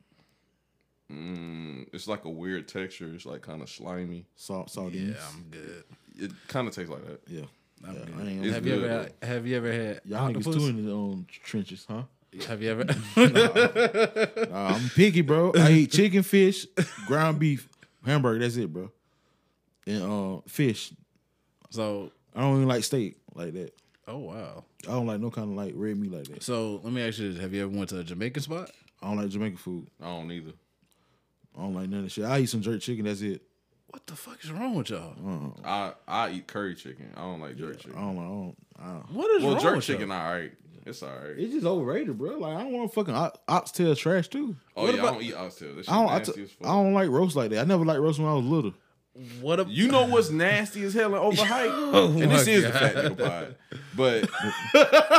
Speaker 6: Mm, it's like a weird texture. It's like kind of slimy.
Speaker 5: salt,
Speaker 4: Yeah,
Speaker 5: sardines.
Speaker 4: I'm good.
Speaker 6: It kind of tastes like that.
Speaker 5: Yeah,
Speaker 4: I'm
Speaker 5: Yeah,
Speaker 4: good.
Speaker 5: I ain't
Speaker 6: It's
Speaker 4: have
Speaker 6: good,
Speaker 4: you ever had, have you ever had
Speaker 5: y'all niggas
Speaker 4: octopus?
Speaker 5: too in their own trenches, huh?
Speaker 4: Have you ever?
Speaker 5: Nah, I'm picky, bro. I eat chicken, fish, ground beef, hamburger. That's it, bro. And uh, fish.
Speaker 4: so,
Speaker 5: I don't even like steak like that.
Speaker 4: oh wow.
Speaker 5: I don't like no kind of like red meat like that.
Speaker 4: So let me ask you this: Have you ever went to a Jamaican spot?
Speaker 5: I don't like Jamaican food.
Speaker 6: I don't either.
Speaker 5: I don't like none of that shit. I eat some jerk chicken. That's it.
Speaker 4: What the fuck is wrong with y'all?
Speaker 6: I I eat curry chicken. I don't like jerk
Speaker 5: I
Speaker 6: chicken.
Speaker 5: don't. I don't. I don't.
Speaker 4: What is
Speaker 6: Well,
Speaker 4: Uh, wrong
Speaker 6: jerk
Speaker 4: with y'all?
Speaker 6: chicken, all right. It's all right.
Speaker 5: It's just overrated, bro. Like I don't want fucking op- oxtail trash too.
Speaker 6: Oh
Speaker 4: What
Speaker 6: yeah, I
Speaker 4: about-
Speaker 6: don't eat oxtail. That shit
Speaker 5: I don't. I,
Speaker 6: nasty
Speaker 5: t-
Speaker 6: as fuck.
Speaker 5: I don't like roast like that. I never liked roast when I was little.
Speaker 4: What a
Speaker 6: You know what's nasty as hell and overhyped? and this
Speaker 4: my
Speaker 6: is the fat nigga pod. But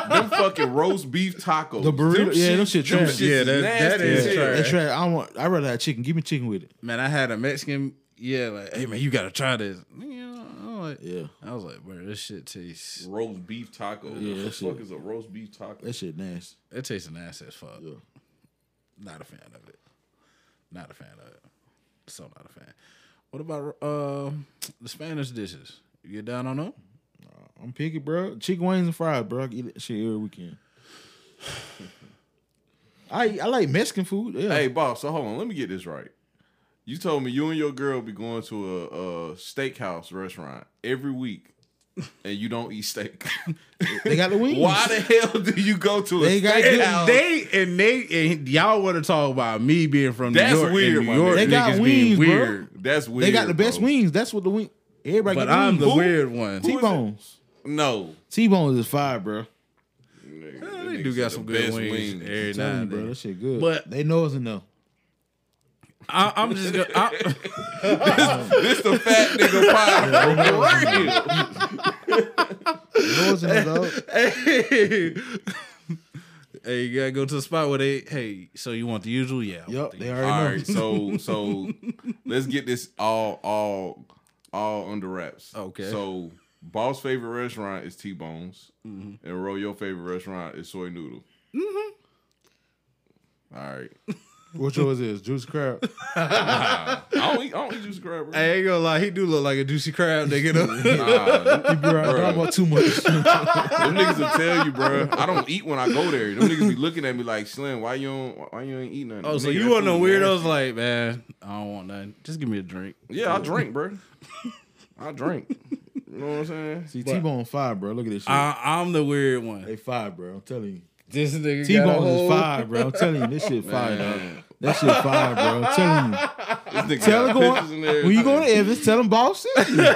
Speaker 6: them fucking roast beef tacos.
Speaker 5: The burrito, yeah, them shit
Speaker 6: them
Speaker 5: trash.
Speaker 6: shits
Speaker 4: Yeah,
Speaker 6: is
Speaker 4: that- that
Speaker 6: nasty
Speaker 4: is
Speaker 6: as hell.
Speaker 4: trash.
Speaker 5: That's right. I want. I rather have chicken. Give me chicken with it.
Speaker 4: man. I had a Mexican. Yeah, like hey man, you gotta try this. You know, I'm like,
Speaker 5: Yeah.
Speaker 4: I was like, bro, this shit tastes.
Speaker 6: Roast beef taco.
Speaker 5: Yeah,
Speaker 6: what
Speaker 5: that
Speaker 6: the fuck
Speaker 5: shit-
Speaker 6: is a roast beef taco?
Speaker 5: That shit nasty.
Speaker 4: It tastes nasty as fuck.
Speaker 5: Yeah.
Speaker 4: Not a fan of it. Not a fan of it. So not a fan. What about uh the Spanish dishes? You get down on them?
Speaker 5: I'm picky, bro. Chicken wings and fries, bro. I can eat that shit every weekend. I I like Mexican food. Yeah.
Speaker 6: Hey, Bob. So hold on. Let me get this right. You told me you and your girl be going to a, a steakhouse restaurant every week, and you don't eat steak.
Speaker 5: they got the wings.
Speaker 6: Why the hell do you go to a
Speaker 5: They got good-
Speaker 6: steakhouse?
Speaker 4: And they and they and y'all want to talk about me being from
Speaker 6: That's
Speaker 4: New York. and
Speaker 6: weird, my
Speaker 4: New York
Speaker 6: nigga.
Speaker 5: They got
Speaker 4: niggas being
Speaker 5: wings, bro.
Speaker 4: weird.
Speaker 6: That's weird.
Speaker 5: They got the best
Speaker 6: bro.
Speaker 5: wings. That's what the wing. Everybody
Speaker 4: But
Speaker 5: get
Speaker 4: I'm the
Speaker 5: wings.
Speaker 4: weird one.
Speaker 5: T bones.
Speaker 6: No,
Speaker 5: T bones is fire, bro.
Speaker 4: Yeah, they do got some good wings. Every now
Speaker 5: Tell me,
Speaker 4: and
Speaker 5: bro.
Speaker 4: then.
Speaker 5: That shit good.
Speaker 4: But-
Speaker 5: they know us enough.
Speaker 4: I, I'm just gonna. I,
Speaker 6: This the fat nigga pie. For real.
Speaker 5: They know us enough. dog.
Speaker 4: hey, hey, you gotta go to the spot where they. Hey, so you want the usual? Yeah. I want
Speaker 5: Yup,
Speaker 4: the
Speaker 5: they
Speaker 4: usual.
Speaker 5: already
Speaker 6: All
Speaker 5: know.
Speaker 6: right, so so let's get this all all all under wraps.
Speaker 4: Okay.
Speaker 6: So Boss' favorite restaurant is T Bones, and Ro your favorite restaurant is Soy Noodle. Mm-hmm. All right.
Speaker 5: What yours is? Juice crab.
Speaker 6: I don't eat. I don't eat juice crab.
Speaker 4: I ain't gonna lie, he do look like a juicy crab nigga. though.
Speaker 5: Bro, I
Speaker 6: Nah, Bro.
Speaker 5: talk about too much.
Speaker 6: them niggas will tell you, bro. I don't eat when I go there. Them niggas be looking at me like, Slim, why you don't, why you ain't eat nothing?
Speaker 4: oh, so
Speaker 6: Nigga,
Speaker 4: you
Speaker 6: that
Speaker 4: want no
Speaker 6: food nasty.
Speaker 4: weirdos? Like, man, I don't want nothing. Just give me a drink.
Speaker 6: Yeah, I drink, bro. I drink. You know what I'm saying?
Speaker 5: See, T Bone five, bro. Look at this shit.
Speaker 4: I, I'm the weird
Speaker 5: they
Speaker 4: one.
Speaker 5: five, bro. I'm telling you.
Speaker 4: This nigga
Speaker 5: T
Speaker 4: got a
Speaker 5: Bone is
Speaker 4: whole-
Speaker 5: five, bro. I'm telling you, this shit five, dog.
Speaker 6: Man.
Speaker 5: That shit five, bro. I'm telling you.
Speaker 6: This nigga
Speaker 5: Tell
Speaker 6: got
Speaker 5: them
Speaker 6: pictures in
Speaker 5: going
Speaker 6: there.
Speaker 5: when you go to Evans, tell them boss sent you. They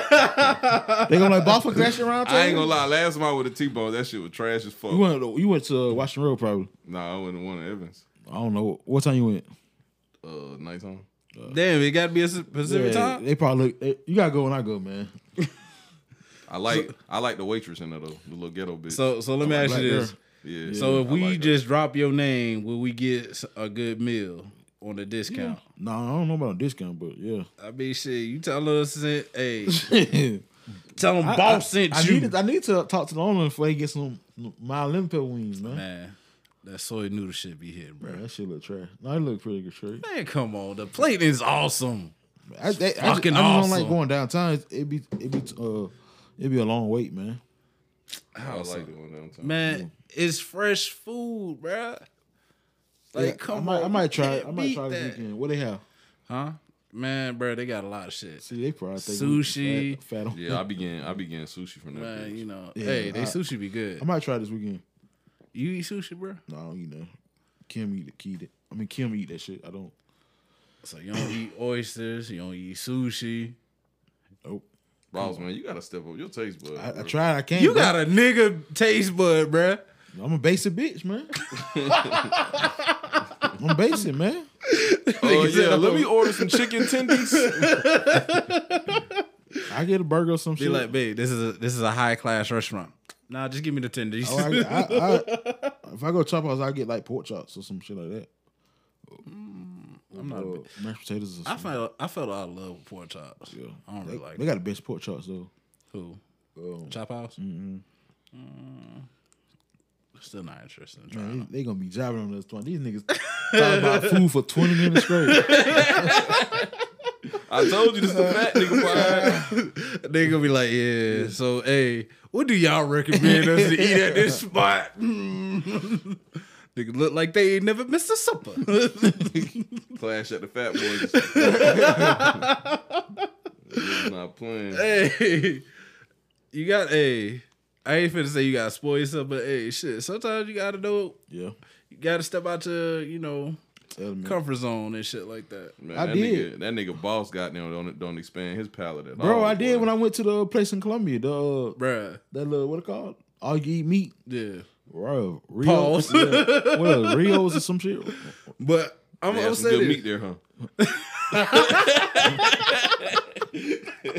Speaker 5: gonna like boss for crashing around.
Speaker 6: I ain't
Speaker 5: town?
Speaker 6: gonna lie. Last time I went to T-Bone, that shit was trash as fuck.
Speaker 5: You went to, you went to uh, Washington Road probably.
Speaker 6: nah, I went to one of Evans.
Speaker 5: I don't know what time you went.
Speaker 6: Uh, nighttime.
Speaker 4: Damn, it gotta be a specific
Speaker 5: Yeah,
Speaker 4: time.
Speaker 5: They probably look. They, you gotta go when I go, man.
Speaker 6: I like I like the waitress in there though, the little ghetto bitch.
Speaker 4: So, so let me ask
Speaker 5: Black
Speaker 4: you
Speaker 5: girl.
Speaker 4: this.
Speaker 6: yeah.
Speaker 4: So if
Speaker 6: I
Speaker 4: we
Speaker 6: like her.
Speaker 4: just drop your name, will we get s- a good meal on a discount?
Speaker 5: No, I don't know about a discount, but yeah.
Speaker 4: I mean, shit, you tell us, sent- hey, tell them
Speaker 5: I-
Speaker 4: boss
Speaker 5: I-
Speaker 4: sent
Speaker 5: I,
Speaker 4: you.
Speaker 5: Need to, I need to talk to the owner before he gets some my Olympia wings, man.
Speaker 4: Man, that soy noodle shit be hitting, bro.
Speaker 5: Bro, that shit look trash. No, it look pretty good, straight.
Speaker 4: Man, come on, the plate is awesome.
Speaker 5: I, they, I, just,
Speaker 4: Fucking
Speaker 5: I just don't
Speaker 4: awesome.
Speaker 5: like going downtown. It, it be it be uh it be a long wait, man.
Speaker 6: I like the one downtown.
Speaker 4: Man, it's fresh food, bro. Like,
Speaker 5: Yeah,
Speaker 4: come
Speaker 5: I might,
Speaker 4: on,
Speaker 5: I might try.
Speaker 4: it.
Speaker 5: I might try this weekend. What they have?
Speaker 4: huh? Man, bro, they got a lot of shit.
Speaker 5: See, they probably think
Speaker 4: Sushi.
Speaker 5: we Fat, fat on-
Speaker 6: Yeah, I began I began sushi from that.
Speaker 4: Man,
Speaker 6: bitch.
Speaker 4: you know,
Speaker 5: Yeah,
Speaker 4: hey, they
Speaker 5: I-
Speaker 4: sushi be good.
Speaker 5: I might try this weekend.
Speaker 4: you eat sushi, bro?
Speaker 5: No, I don't eat that. Kim eat it. Keep it. I mean, Kim eat that shit. I don't.
Speaker 4: So you don't eat oysters, you don't eat sushi.
Speaker 6: Ross, man, you gotta step up your taste bud.
Speaker 5: I, I
Speaker 6: bro.
Speaker 5: tried. I can't.
Speaker 4: You
Speaker 5: bro.
Speaker 4: got a nigga taste bud, bruh.
Speaker 5: I'm a basic bitch, man. I'm basic, man.
Speaker 6: Oh
Speaker 4: Nigga said
Speaker 6: yeah,
Speaker 4: I'm
Speaker 6: let
Speaker 4: a-
Speaker 6: me order some chicken tendies.
Speaker 5: I get a burger or some
Speaker 4: Be
Speaker 5: shit.
Speaker 4: like, babe, this is a this is a high class restaurant. Nah, just give me the tendies.
Speaker 5: Oh, I, I, I, if I go chop house, I get like pork chops or some shit like that.
Speaker 4: I'm not. a
Speaker 5: Or
Speaker 4: big-
Speaker 5: mashed potatoes or
Speaker 4: I
Speaker 5: something.
Speaker 4: felt I felt out of love with pork chops. I don't
Speaker 5: They,
Speaker 4: really like
Speaker 5: they
Speaker 4: that.
Speaker 5: got the best pork chops though.
Speaker 4: Who?
Speaker 5: Um,
Speaker 4: Chop House? Mm. Still not interested in trying.
Speaker 5: Man, they, they gonna be jiving on this one. These niggas talking about food for 20 minutes straight.
Speaker 6: I told you this is the fat nigga pie.
Speaker 4: they gonna be like, yeah, so, hey, what do y'all recommend us to eat at this spot? Mm. Nigga look like they ain't never missed a supper.
Speaker 6: Clash at the fat boys. Niggas not playing.
Speaker 4: hey, you got, hey, I ain't finna say you gotta spoil yourself, but hey, shit, sometimes you gotta know,
Speaker 5: Yeah.
Speaker 4: you gotta step out to, you know,
Speaker 5: Element.
Speaker 4: comfort zone and shit like that.
Speaker 6: Man,
Speaker 5: I
Speaker 6: that
Speaker 5: did.
Speaker 6: Nigga, that nigga boss got down don't don't expand his palate at all.
Speaker 5: Bro, I did
Speaker 6: boy.
Speaker 5: when I went to the place in Columbia. The uh,
Speaker 4: Bruh,
Speaker 5: that little what it called? All you eat meat.
Speaker 4: yeah.
Speaker 5: Bro, Rio.
Speaker 4: Pause.
Speaker 5: Yeah. What else? Rios or some shit?
Speaker 4: But I'm
Speaker 6: They
Speaker 4: gonna
Speaker 6: had some
Speaker 4: say
Speaker 6: good
Speaker 4: this.
Speaker 6: meat there, huh?
Speaker 5: No.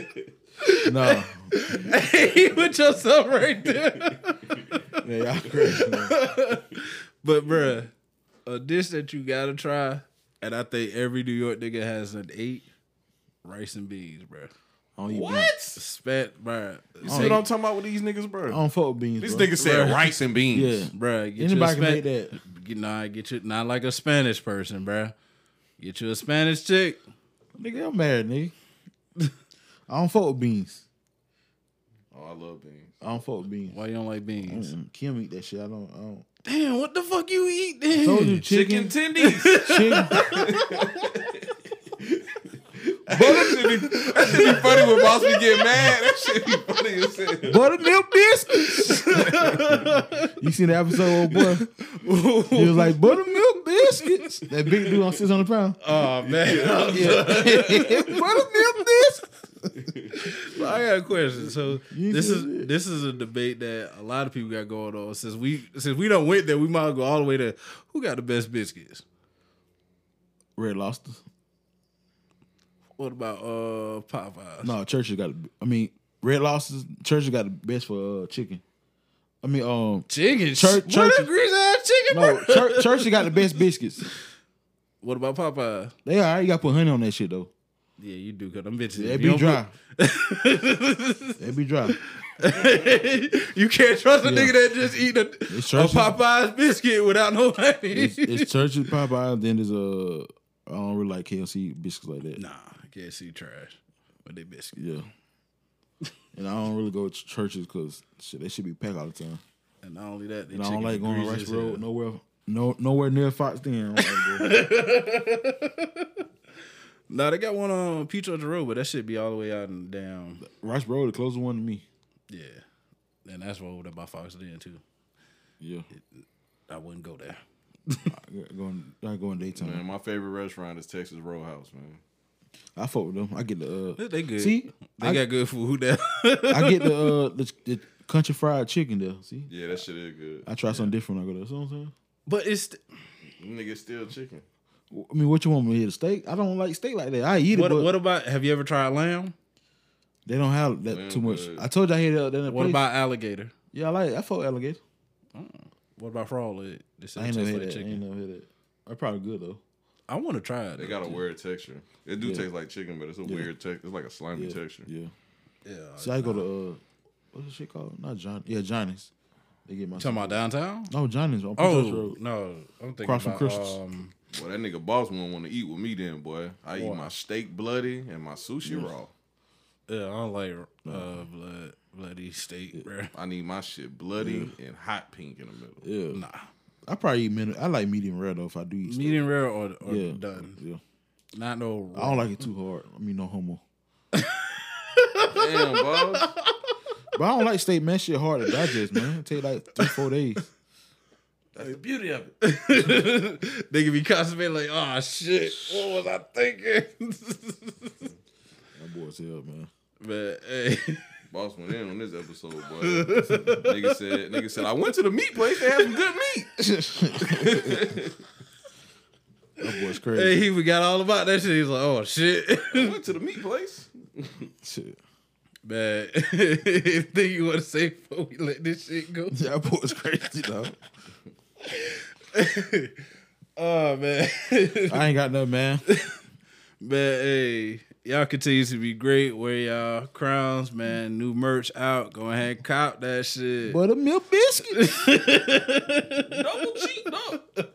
Speaker 4: hey, with yourself right there.
Speaker 5: Yeah, y'all crazy. man.
Speaker 4: But bruh, a dish that you gotta try, and I think every New York nigga has an eight, rice and beans, bruh.
Speaker 5: I don't eat beans.
Speaker 4: Spat, bruh.
Speaker 6: You see what I'm talking about with these niggas, bro?
Speaker 5: I don't fuck with beans.
Speaker 6: This
Speaker 5: bro.
Speaker 6: nigga said rice and beans.
Speaker 5: Yeah.
Speaker 4: Bruh, get you
Speaker 5: Anybody
Speaker 4: a
Speaker 5: can
Speaker 4: spat,
Speaker 5: make that.
Speaker 4: Get, nah, get you not like a Spanish person, bruh. Get you a Spanish chick.
Speaker 5: Nigga, I'm married, nigga. I don't fuck with beans.
Speaker 6: Oh, I love beans.
Speaker 5: I don't fuck with beans.
Speaker 4: Why you don't like beans?
Speaker 5: Mm-mm. Kim eat that shit. I don't. I don't.
Speaker 4: Damn, what the fuck you eat then?
Speaker 5: Told you
Speaker 6: Chicken
Speaker 5: chicken.
Speaker 6: tendies.
Speaker 5: Chicken.
Speaker 6: that, should be, that should be funny when boss be getting mad. That should be funny as hell.
Speaker 5: buttermilk biscuits. you seen the episode, old boy? He was like buttermilk biscuits. That big dude on six hundred pound.
Speaker 4: oh man.
Speaker 5: buttermilk biscuits.
Speaker 4: Well, I got a question. So
Speaker 5: You
Speaker 4: this
Speaker 5: good.
Speaker 4: is this is a debate that a lot of people got going on. Since we since we don't went there, we might go all the way to who got the best biscuits.
Speaker 5: Red lobster.
Speaker 4: What about uh Popeyes?
Speaker 5: No, churches got. I mean, red lobsters. Churches got the best for uh, chicken. I mean, um,
Speaker 4: chicken.
Speaker 5: Chur-
Speaker 4: Church,
Speaker 5: church-
Speaker 4: what a greasy ass chicken.
Speaker 5: no,
Speaker 4: bro.
Speaker 5: church, churches got the best biscuits.
Speaker 4: What about Popeyes?
Speaker 5: They all right. You got to put honey on that shit though.
Speaker 4: Yeah, you do because them bitches.
Speaker 5: They
Speaker 4: if
Speaker 5: be
Speaker 4: you don't
Speaker 5: dry. They be dry.
Speaker 4: put- you can't trust a
Speaker 5: Yeah.
Speaker 4: nigga that just eat a,
Speaker 5: It's
Speaker 4: a
Speaker 5: churches.
Speaker 4: Popeyes biscuit without no honey.
Speaker 5: It's, it's churches, Popeye. Then there's a. I don't really like KFC biscuits like that.
Speaker 4: nah, KFC trash. But they biscuit.
Speaker 5: Yeah. And I don't really go to churches because shit, they should be packed all the time.
Speaker 4: And not only that, they
Speaker 5: And I
Speaker 4: chicken
Speaker 5: don't like going on
Speaker 4: greasy
Speaker 5: Rice
Speaker 4: as hell.
Speaker 5: Road nowhere, no nowhere near Fox Den. I don't like that.
Speaker 4: Nah, they got one on Peach on the road, but that should be all the way out and down.
Speaker 5: Rice Road, the closest one to me.
Speaker 4: Yeah, and that's what up by Fox Den too.
Speaker 5: Yeah,
Speaker 4: I wouldn't go there.
Speaker 5: I going, I going daytime.
Speaker 6: Man, my favorite restaurant is Texas Roadhouse, man.
Speaker 5: I fuck with them. I get the uh,
Speaker 4: They good.
Speaker 5: See,
Speaker 4: they
Speaker 5: I-
Speaker 4: got good food there.
Speaker 5: I get the, uh, the the country fried chicken there. See,
Speaker 6: Yeah, that shit is good.
Speaker 5: I try something different when I go there. See what I'm saying?
Speaker 4: but it's
Speaker 6: Them niggas still chicken.
Speaker 5: I mean, what you want me to eat? A steak? I don't like steak like that. I eat it,
Speaker 4: what?
Speaker 5: but
Speaker 4: What about? Have you ever tried lamb?
Speaker 5: they don't have that
Speaker 6: Man,
Speaker 5: too much.
Speaker 6: good.
Speaker 5: I told you I had that. that
Speaker 4: What
Speaker 5: place.
Speaker 4: about alligator?
Speaker 5: Yeah, I like. I fuck with alligator.
Speaker 4: What about frog leg? They say
Speaker 5: I
Speaker 4: it
Speaker 5: ain't never
Speaker 4: tastes
Speaker 5: had
Speaker 4: like
Speaker 5: that. I ain't
Speaker 4: chicken.
Speaker 5: never had that. They're probably good though.
Speaker 4: I want to try it.
Speaker 6: They
Speaker 4: though.
Speaker 6: got a weird texture. It do taste like chicken, but it's a weird texture. It's like a slimy
Speaker 5: Yeah,
Speaker 6: texture.
Speaker 5: yeah.
Speaker 4: Yeah.
Speaker 5: So I go to uh, what's the shit called? Not John. Yeah, Johnny's. They get my.
Speaker 4: Talking about downtown?
Speaker 5: No, Johnny's on Pecos
Speaker 4: Oh
Speaker 5: Road.
Speaker 4: no, I'm thinking
Speaker 5: Across from
Speaker 4: about
Speaker 5: Christmas.
Speaker 4: um.
Speaker 6: Well, that nigga boss won't want to eat with me then, boy. I eat
Speaker 4: Why?
Speaker 6: my steak bloody and my sushi raw.
Speaker 4: Yeah, I don't like uh blood bloody steak, bro.
Speaker 6: I need my shit bloody and hot pink in the middle.
Speaker 5: Yeah,
Speaker 4: Nah,
Speaker 5: I probably eat medium. I like medium rare though. If I do eat, steak.
Speaker 4: medium rare or, or
Speaker 5: yeah,
Speaker 4: done.
Speaker 5: Yeah,
Speaker 4: Not no.
Speaker 5: I don't like it too hard. I mean, no homo.
Speaker 6: Damn, boss.
Speaker 5: But I don't like steak, man. Shit hard to digest, man. It take like three, four days.
Speaker 6: That's the beauty of it.
Speaker 4: they can be constantly like, oh shit, what was I thinking?
Speaker 5: That boy's hell, man.
Speaker 4: but hey,
Speaker 6: Boss went in on this episode, boy. nigga said, nigga said, I went to the meat place. They had some good meat.
Speaker 5: That boy's
Speaker 4: hey,
Speaker 5: crazy.
Speaker 4: he forgot all about that shit. He's like, oh shit.
Speaker 6: I went to the meat place.
Speaker 5: Shit.
Speaker 4: Man, anything you want to say before we let this shit go?
Speaker 5: That boy's crazy though.
Speaker 4: Oh man,
Speaker 5: I ain't got nothing, man.
Speaker 4: man, hey, y'all continue to be great. Wear y'all crowns, man. New merch out. Go ahead, and cop that shit.
Speaker 5: But a milk biscuit.
Speaker 6: Double cheap, no.